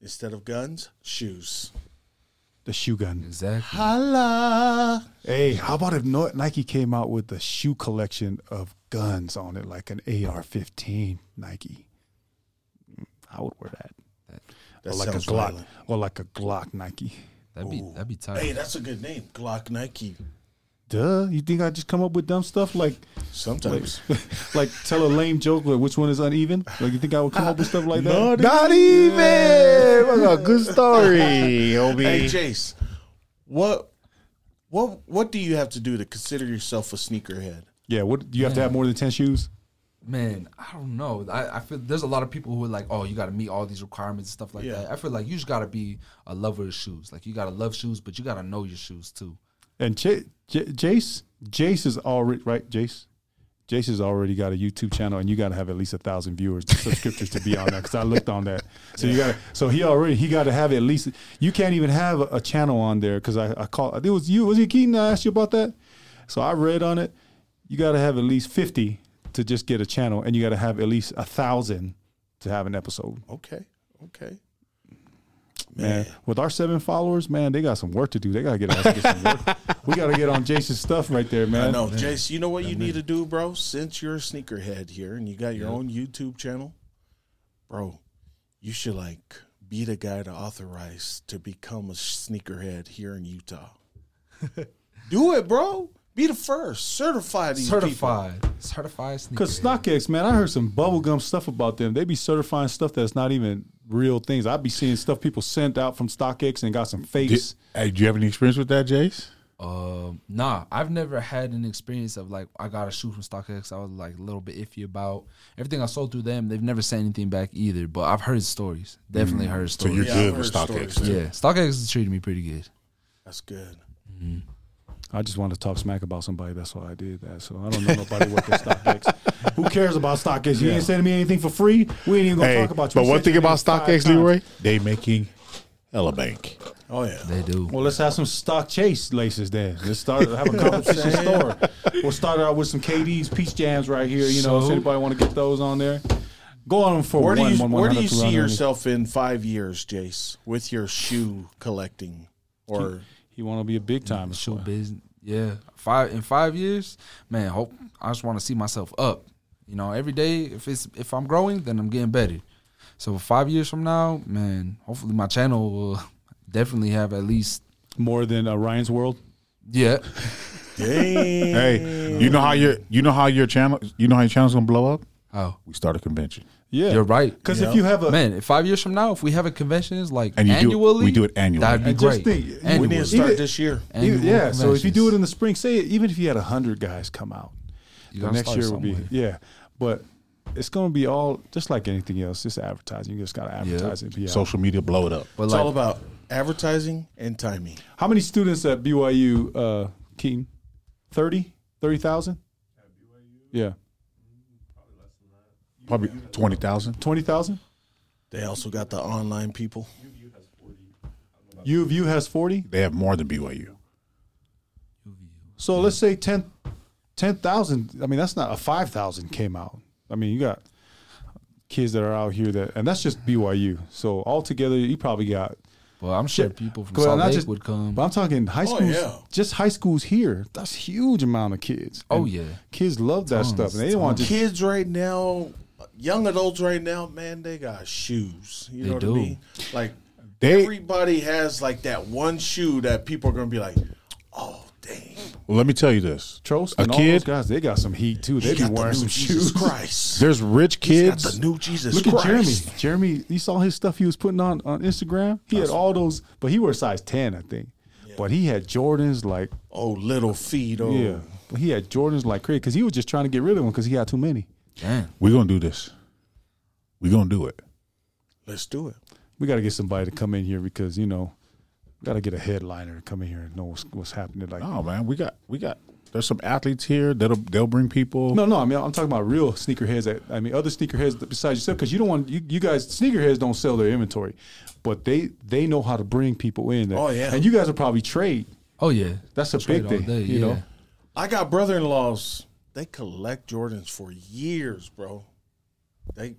A: Instead of guns, shoes.
B: The shoe gun.
D: Exactly.
A: Holla.
B: Hey, how about if No- Nike came out with a shoe collection of guns on it, like an AR-15 Nike? Mm, I would wear that.
A: That
B: or like a
A: sounds
B: Glock,
A: violent.
B: or like a Glock Nike.
D: That'd be that'd be tight.
A: Hey, that's a good name. Glock Nike.
B: duh. You think I just come up with dumb stuff like
A: Sometimes.
B: like tell a lame joke like which one is uneven? Like you think I would come up with stuff like that?
C: Not even. What a good story,
A: hey,
C: Obi.
A: Jace, what, what, what do you have to do to consider yourself a sneakerhead?
B: Yeah, what you have to have more than ten shoes?
D: Man, I don't know. I, I feel there's a lot of people who are like, oh, you got to meet all these requirements and stuff like
A: Yeah.
D: that. I feel like you just got to be a lover of shoes. Like you got to love shoes, but you got to know your shoes too.
B: And J- J- Jace, Jace is already right. Jace, Jace has already got a YouTube channel, and you got to have at least a thousand viewers, subscriptors to be on that. Because I looked on that, so you got. to So he already he got to have at least. You can't even have a, a channel on there because I, I call. It was you. Was it Keaton? I asked you about that. So I read on it. You got to have at least fifty to just get a channel, and you got to have at least a thousand to have an episode.
A: Okay. Okay.
B: Man, with our seven followers, man, they got some work to do. They gotta get, us to get some work. We gotta get on Jason's stuff right there, man.
A: I know, Jace. You know what you need to do, bro? Since you're a sneakerhead here and you got your own YouTube channel, bro, you should like be the guy to authorize to become a sneakerhead here in Utah. do it, bro. Be the first. Certify these people.
D: Certified, certified sneaker.
B: Cause StockX, man, I heard some bubblegum stuff about them. They be certifying stuff that's not even real things. I be seeing stuff people sent out from StockX and got some
C: Do,
B: fakes.
C: hey, do you have any experience with that, Jace?
D: Um, nah, I've never had an experience of like I got a shoe from StockX. I was like a little bit iffy about everything I sold through them. They've never sent anything back either, but I've heard stories. Definitely heard
C: Mm. So
D: stories.
C: you're
A: Yeah, I've
C: good with
A: heard stories,
C: StockX.
A: yeah.
C: too.
D: yeah, StockX has treated me pretty good.
A: That's good.
B: I just wanted to talk smack about somebody. That's why I did that. So I don't know nobody working at StockX. Who cares about StockX? You ain't sending me anything for free. We ain't even gonna
C: Hey,
B: talk about you.
C: but
B: We
C: one
B: sent
C: thing
B: your
C: about
B: name five
C: StockX,
B: times.
C: Leroy, they making hella bank.
A: Oh yeah.
D: They do.
B: Well, let's have some stock chase laces then. Let's start have a competition store. We'll start out with some KD's peach jams right here. You know, so
D: So-
B: anybody want to get those on there? Go on for
A: Where do
B: one.
A: you
B: one
A: where do
B: 100
A: you
B: to
A: see
B: 100.
A: yourself in five years, Jace, with your shoe collecting? Or
B: He want to be a big time show.
D: shoe business. Yeah, five in five years, man. Hope I just want to see myself up. You know, every day if it's if I'm growing, then I'm getting better. So five years from now, man, hopefully my channel will definitely have at least
B: More than uh, Ryan's World.
D: yeah.
A: dang.
C: Hey, you know how your you know how your channel you know how your channel's gonna blow up?
D: Oh,
C: We start a convention.
B: Yeah,
D: you're right.
B: Because
A: Yeah.
B: if you have a
D: Man, if five years from now, if we have a convention, it's like
C: And you do it-
D: annually,
C: we do it annually.
D: That'd be
B: And just
D: great.
B: think, we
A: We
D: Annually.
A: need to start
B: Even-
A: this year.
B: Even-
D: Annual
B: yeah. So if you do it in
D: conventions.
B: the spring, say it, even if you had hundred guys come out,
D: You
B: the
D: gotta
B: next
D: start
B: year would be
D: somewhere.
B: yeah. But it's gonna be all just like anything else. Just advertising. You just gotta advertise it. Yeah.
C: Social media blow it up.
D: but
A: It's
D: like,
A: all about advertising and timing.
B: How many students at BYU, uh, Keaton? 30? 30,000? Yeah.
C: Probably twenty thousand.
B: 20,000?
A: They also got the online people.
B: U of U has 40.
C: They have more than BYU.
B: So let's say 10 10,000. I mean, that's not a 5,000 came out. I mean, you got kids that are out here that, and that's just BYU. So altogether, you probably got.
D: well, I'm sure
B: Shit.
D: people from
B: Well,
D: Salt
B: not
D: Lake
B: just-
D: would come.
B: But I'm talking high
A: Oh,
B: schools,
A: yeah.
B: just high schools here. That's huge amount of kids.
D: Oh,
B: And
D: yeah.
B: kids love that
D: Tons,
B: stuff, and they don't want to. just-
A: Kids right now, young adults right now, man, they got shoes. You
D: They
A: know what I
D: do.
A: mean? Like
C: They-
A: everybody has like that one shoe that people are gonna be like, oh dang,
C: Well, let me tell you this.
B: Trost
C: a
B: and all those
C: kid,
B: guys, they got some heat too.
A: he
B: They be
A: got the
B: wearing
A: new
B: some
A: Jesus
B: shoes.
A: Christ.
C: there's rich
A: He got the
C: kids.
A: new Jesus
B: Look
A: Christ.
B: at Jeremy. Jeremy, you saw his stuff he was putting on on Instagram. He had all those, but he wore a size ten, I think. But he had Jordans like
A: Oh, little feet. Oh,
B: yeah. But he had Jordans like crazy because he was just trying to get rid of them because he had too many.
D: Damn,
C: We're gonna do this. We're gonna do it.
A: let's do it.
B: We got to get somebody to come in here because you know, got to get a headliner to come in here and know what's, what's happening. Like
C: Oh man, we got we got. There's some athletes here that'll they'll bring people.
B: No, no. I mean, I'm talking about real sneakerheads. That, I mean, other sneakerheads besides yourself, because you don't want you, you guys sneakerheads don't sell their inventory, but they they know how to bring people in. that-
A: Oh, yeah.
B: And you guys will probably trade.
D: oh yeah,
B: That's a
D: Trade
B: big
D: all
B: thing.
D: day,
B: you know,
D: yeah.
A: I got brother in laws. They collect Jordans for years, bro. They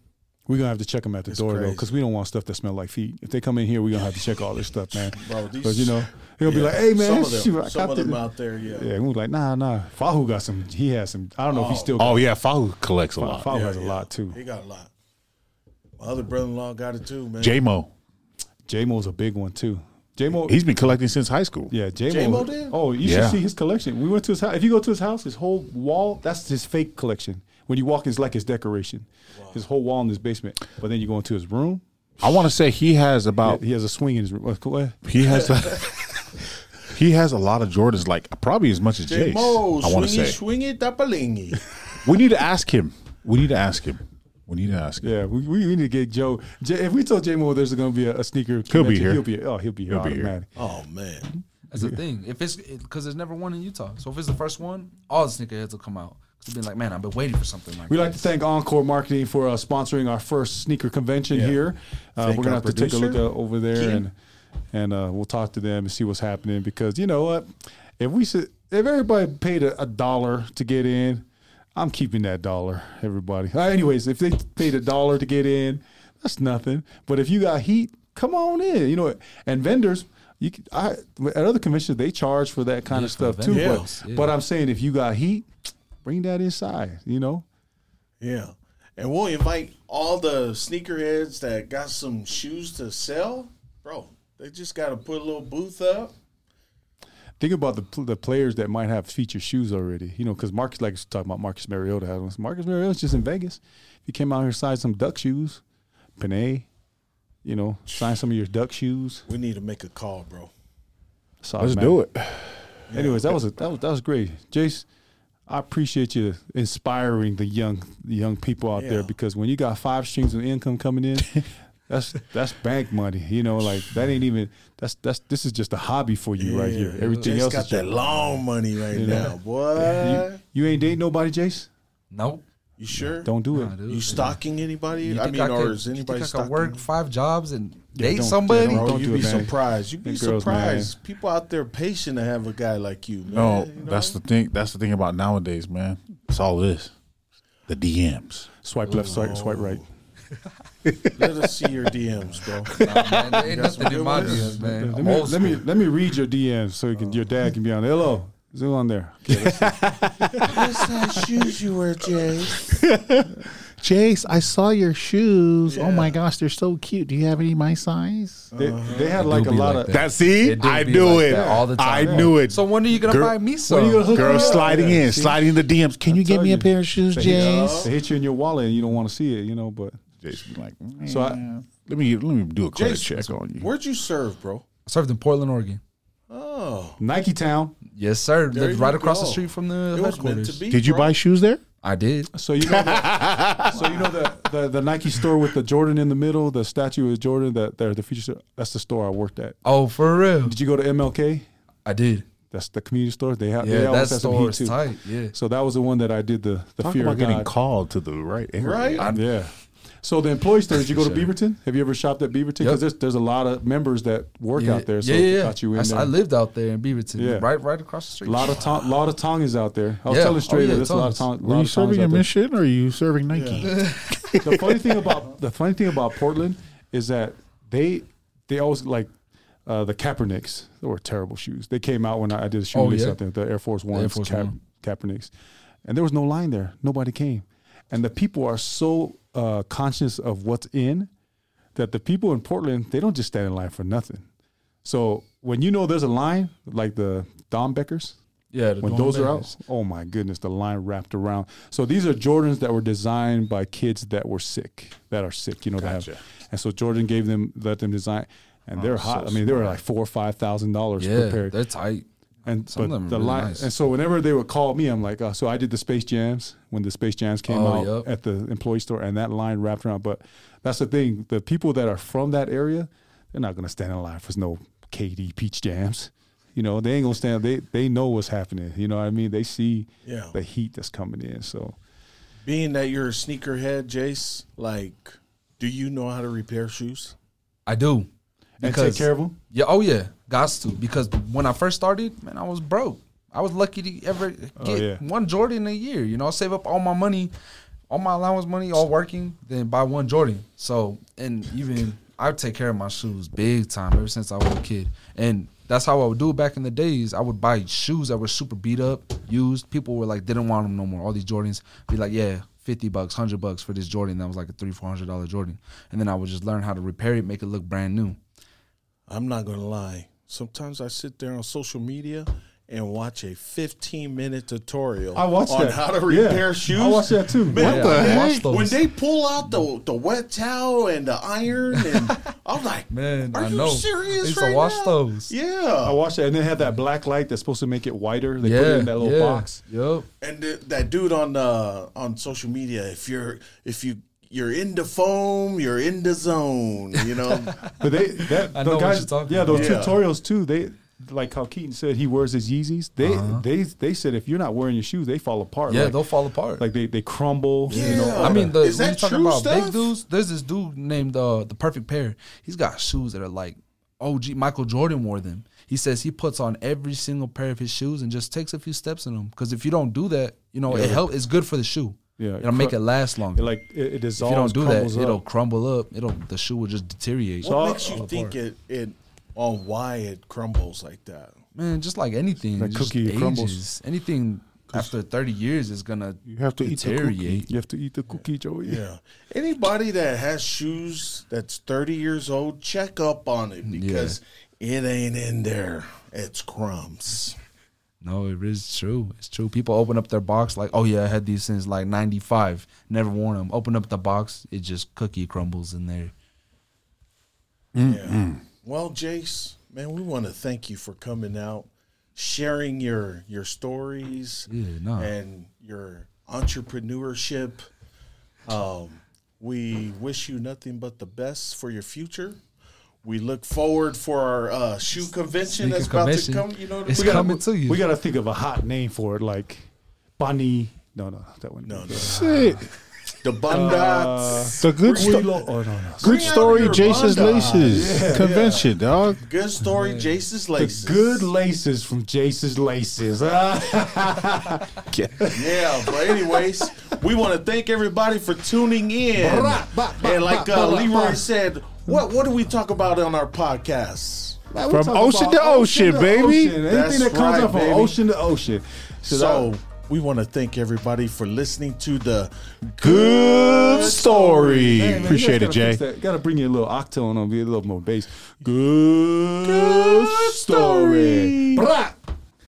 B: we're gonna have to check them at the door though,
A: crazy.
B: because we don't want stuff that smell like feet. If they come in here, we're gonna have to check all this stuff, man.
A: Bro, these-
B: Because you know, he'll be
A: yeah.
B: like, "Hey, man,
A: some of them,
B: shoot, I
A: some
B: got
A: of them
B: the-"
A: out there, yeah.
B: Yeah, we was like, "Nah, nah." Fahu got some. He has some. I don't know if he still. Got,
C: Oh yeah, Fahu collects a lot.
B: Fahu
A: Yeah,
B: has a
A: yeah.
B: lot too.
A: He got a lot. My other brother in law got it too, man.
C: J Mo.
B: J Mo's a big one too. J Mo.
C: He's been collecting since high school.
B: Yeah, J
A: J-Mo
B: Mo.
A: did?
B: Oh, you
C: Yeah.
B: should see his collection. We went to his house. If you go to his house, his whole wall, that's his fake collection. When you walk, it's like his decoration. His whole wall in his basement. But then you go into his room.
C: I want to say he has about
B: He has a swing in his room. What- what?
C: he has he has a lot of Jordans, like probably as much as Jace.
A: J-Mo,
C: I want
A: swingy,
C: to say
A: swingy, dapalingy.
C: we need to ask him. We need to ask him. We need to ask him.
B: Yeah, we, we, we need to get Joe. J, if we told J Mo there's going to be a, a sneaker,
C: He'll be
B: convention,
C: here.
B: He'll be here. Oh, he'll be here.
C: He'll be here.
B: automatic.
A: Oh man,
D: That's the thing. If it's because there's never one in Utah, so if it's the first one, all the sneakerheads will come out. They'll be like, man, I've been waiting for something like.
B: We'd like to thank Encore Marketing for uh, sponsoring our first sneaker convention here. Uh,
A: Thank
B: we're gonna
A: our
B: have to take a look
A: producer,
B: at over there and and uh, we'll talk to them and see what's happening because you know what, if we should, if everybody paid a, a dollar to get in, I'm keeping that dollar. Everybody, Uh, anyways, if they paid a dollar to get in, that's nothing. But if you got heat, come on in. You know, and vendors. You can, I, at other conventions they charge for that kind of
D: for
B: stuff too,
A: vendors,
B: but, but I'm saying if you got heat, bring that inside. You know,
A: yeah. And we'll invite all the sneakerheads that got some shoes to sell, bro. They just got to put a little booth up.
B: Think about the pl- the players that might have feature shoes already. You know, because Marcus, like you talking about Marcus Mariota, had one. Marcus Mariota's just in Vegas. If you came out here, signed some duck shoes, Panay, you know, sign some of your duck shoes.
A: We need to make a call, bro.
C: Let's do it.
B: Anyways, that was a, that was that was great, Jace. I appreciate you inspiring the young the young people out
A: Yeah.
B: there because when you got five streams of income coming in, that's that's bank money. You know, like that ain't even that's that's this is just a hobby for you right here. Everything
A: Jace
B: else
A: got
B: is
A: that
B: your-
A: long money right now, boy.
B: you,
A: You,
B: you ain't dating nobody, Jace.
D: Nope.
A: sure?
B: Don't do it.
D: Nah, dude.
A: you stalking anybody?
D: You
A: I
D: think
A: mean,
D: I
A: or
D: could-
A: is
D: you
A: anybody
D: think I
A: stalking?
D: could work five jobs and
B: Yeah,
D: date
B: don't- yeah,
D: somebody?
B: don't-
A: Bro,
B: don't
A: you'd
B: do
A: be
B: it, man.
A: surprised. You'd be
B: Them girls,
A: surprised. People out there patient to have a guy like you. Man.
C: No,
A: You know?
C: that's the thing. That's the thing about nowadays, man. It's all this, the DMs.
B: Swipe left, swipe, swipe right.
A: Let us see your DMs, bro.
D: Nah, man, there ain't nothing in my DMs, man.
B: Let
D: I'm
B: me,
D: old
B: let me
D: school.
B: let me read your DMs so you can, your dad can be on. Hello, is it on there?
A: What's that shoes you wear, Jay?
C: Jace, I saw your shoes. Oh my gosh, they're so cute. Do you have any my size?
B: They,
D: Uh-huh.
B: they had like a
D: be
B: lot
D: like
B: of.
D: that.
C: That see,
D: It do
C: I
D: be
C: knew
D: like
C: it
D: that all the time.
C: I knew it.
D: So when are you gonna
C: Girl-
D: buy me some?
B: When you gonna hook
C: Girl
B: me up?
C: sliding
B: Yeah,
C: in,
B: see?
C: sliding in the DMs. Can you
B: tell
C: get me a
B: you.
C: pair of shoes,
B: They hit-
C: Jace?
B: They hit you in your wallet and you don't want to see it, you know. But
C: Jace be like,
B: So I-
C: "Man, let me let me do a credit
A: Jace,
C: check on you.
A: Where'd you serve, bro?
D: I served in Portland, Oregon.
A: Oh,
B: Nike Town,
D: Yes, sir.
A: There
D: Lived
A: you
D: right across
A: go.
D: the street from the
A: it was meant
D: headquarters.
A: to be.
C: Did you
A: bro.
C: buy shoes there?
D: I did.
B: so you know, the, so you know the, the the Nike store with the Jordan in the middle, the statue of Jordan, that the, the feature. store, That's the store I worked at.
D: Oh, for real?
B: Did you go to MLK?
D: I did.
B: That's the community store. They have
D: Yeah,
B: they
D: that
B: always have some
D: store
B: heat
D: is
B: too.
D: tight. Yeah.
B: So that was the one that I did the the
C: Talk
B: fear
C: about
B: of
C: getting
B: God.
C: called to the right area.
A: Right?
C: I-
B: Yeah. So the employee store, did you go to Beaverton? Have you ever shopped at Beaverton? Because
D: Yep.
B: there's, there's a lot of members that work out there. So
D: yeah,
B: they
D: yeah.
B: got you in
D: I, s-
B: there.
D: I lived out there in Beaverton,
B: Yeah.
D: right, right across the street.
B: a lot of Tong- lot of Tongans out there. I was
D: Yeah.
B: telling Straight
D: Oh, yeah,
B: there's a lot of Tong-
D: Tongans.
B: lot
C: Were you
B: of Tongans
C: serving a
B: out there.
C: mission or are you serving Nike?
B: the funny thing about the funny thing about Portland is that they they always like uh, the Kaepernicks. They were terrible shoes. They came out when I, I did a shoe
D: Oh,
B: release
D: yeah.
B: out there, the Air Force Ones,
D: Force
B: Ka-
D: One.
B: Kaepernicks, and there was no line there. Nobody came, and the people are so uh, conscious of what's in that the people in Portland they don't just stand in line for nothing. So when you know there's a line like the Don Beckers,
D: yeah, the
B: when
D: dorm
B: those are out,
D: beds.
B: oh my goodness, the line wrapped around. So these are Jordans that were designed by kids that were sick, that are sick, you know, that
C: Gotcha.
B: have. And so Jordan gave them, let them design, and they're hot. I mean, they were like four or five thousand dollars
D: Yeah,
B: prepared.
D: they're tight.
B: And
D: Some of
B: but
D: them are
B: the
D: really
B: line,
D: nice.
B: and so whenever they would call me, I'm like, uh, so I did the Space Jams when the Space Jams came
D: Oh,
B: out
D: yep.
B: at the employee store, and that line wrapped around. But that's the thing: the people that are from that area, they're not gonna stand in line for no KD Peach Jams. You know, they ain't gonna stand. They they know what's happening. You know what I mean? They see
A: Yeah.
B: the heat that's coming in. So
A: Being that you're a sneakerhead, Jace, like, do you know how to repair shoes?
D: I do.
B: and take
D: Because-
B: care of them.
D: Yeah, oh yeah, gots to. Because when I first started, man, I was broke. I was lucky to ever get
B: yeah.
D: one Jordan a year. You know, I save up all my money, all my allowance money, all working, then buy one Jordan. So and even I would take care of my shoes big time ever since I was a kid. And that's how I would do it back in the days. I would buy shoes that were super beat up, used. People were like, didn't want them no more. All these Jordans be like, yeah, 50 bucks, 100 bucks for this Jordan that was like a three, $400 Jordan. And then I would just learn how to repair it, make it look brand new.
A: I'm not going to lie. Sometimes I sit there on social media and watch a 15 minute tutorial
B: I watched
A: on
B: that.
A: how to
B: Yeah.
A: repair shoes.
B: I watched that too.
A: Man,
B: Yeah,
A: when,
D: I watched
A: they,
D: those.
A: when they pull out the, the wet towel and the iron, and I'm like,
D: Man,
A: are
D: I
A: you
D: know.
A: serious?
D: I used to
A: right
D: watch
A: now?
D: those.
B: I
A: Yeah.
B: watched that, and they had that black light that's supposed to make it whiter. They put it in that little box.
D: Yep.
A: And th- that dude on uh, on social media, if you're if you you're in the foam, you're in the zone. You know,
B: But they that
D: I
B: the
D: know what
B: guys,
D: you're talking
B: yeah,
D: about.
B: those
A: Yeah.
B: tutorials too. They like how Keaton said he wears his Yeezys. They they they said if you're not wearing your shoes, they fall apart.
D: Uh-huh. Yeah,
B: like,
D: they'll fall apart.
B: like they they crumble. You know,
A: Yeah.
B: all
D: I mean,
B: that.
D: the,
A: Is
D: when
A: that
D: you talking
A: true
D: about
A: stuff?
D: big dudes, there's this dude named uh, the Perfect Pair. He's got shoes that are like OG. Michael Jordan wore them. He says he puts on every single pair of his shoes and just takes a few steps in them. Because if you don't do that, you know, it help. It's good for the shoe.
B: Yeah,
D: it'll make it last
B: It,
D: longer.
B: like it, it
D: if you
B: dissolves.
D: don't do that,
B: crumbles up.
D: it'll crumble up. It'll the shoe will just deteriorate.
A: what makes you think it, it on why it crumbles like that?
D: Man, just like anything,
B: Like
D: it just
B: cookie, it crumbles.
D: ages. Anything after 30 years is gonna
C: You have to eat the cookie.
D: deteriorate.
B: you have to eat the cookie, Joey.
A: Yeah. Anybody that has shoes that's 30 years old, check up on it because it ain't in there. It's crumbs.
D: No, it is true. It's true. People open up their box like, oh yeah, I had these since like '95. Never worn them. Open up the box, it just cookie crumbles in there.
A: Yeah. Well, Jace, man, we want to thank you for coming out, sharing your your stories
D: Yeah, nah.
A: and your entrepreneurship. Um, we wish you nothing but the best for your future. We look forward for our uh, shoe convention that's about
D: convention.
A: to come. You know,
D: It's
A: we gotta-
D: coming to you.
B: We gotta think of a hot name for it, like bunny. No, no, that one.
A: No, no.
C: Shit.
A: the Bandats.
D: Uh,
C: The good,
B: Wheelo-
C: sto-
B: oh, no, no.
C: good story,
A: your
C: Jason's
A: Bondi.
C: Laces convention, dog.
A: Good story, Jace's laces.
B: Good laces from Jace's Laces.
A: Yeah, but anyways, we want to thank everybody for tuning in. And like uh, Leroy said, what what do we talk about on our podcast?
C: From ocean to ocean, baby.
B: Anything
A: That's
B: that comes
A: right,
B: up from
A: baby.
B: ocean to ocean.
A: So we want to thank everybody for listening to the Good Story.
B: Hey, man, you guys
C: Appreciate it,
B: gotta fix
C: Jay.
B: that. Gotta bring you a little octone on, be a little more bass. Good,
A: story.
B: story. Blah,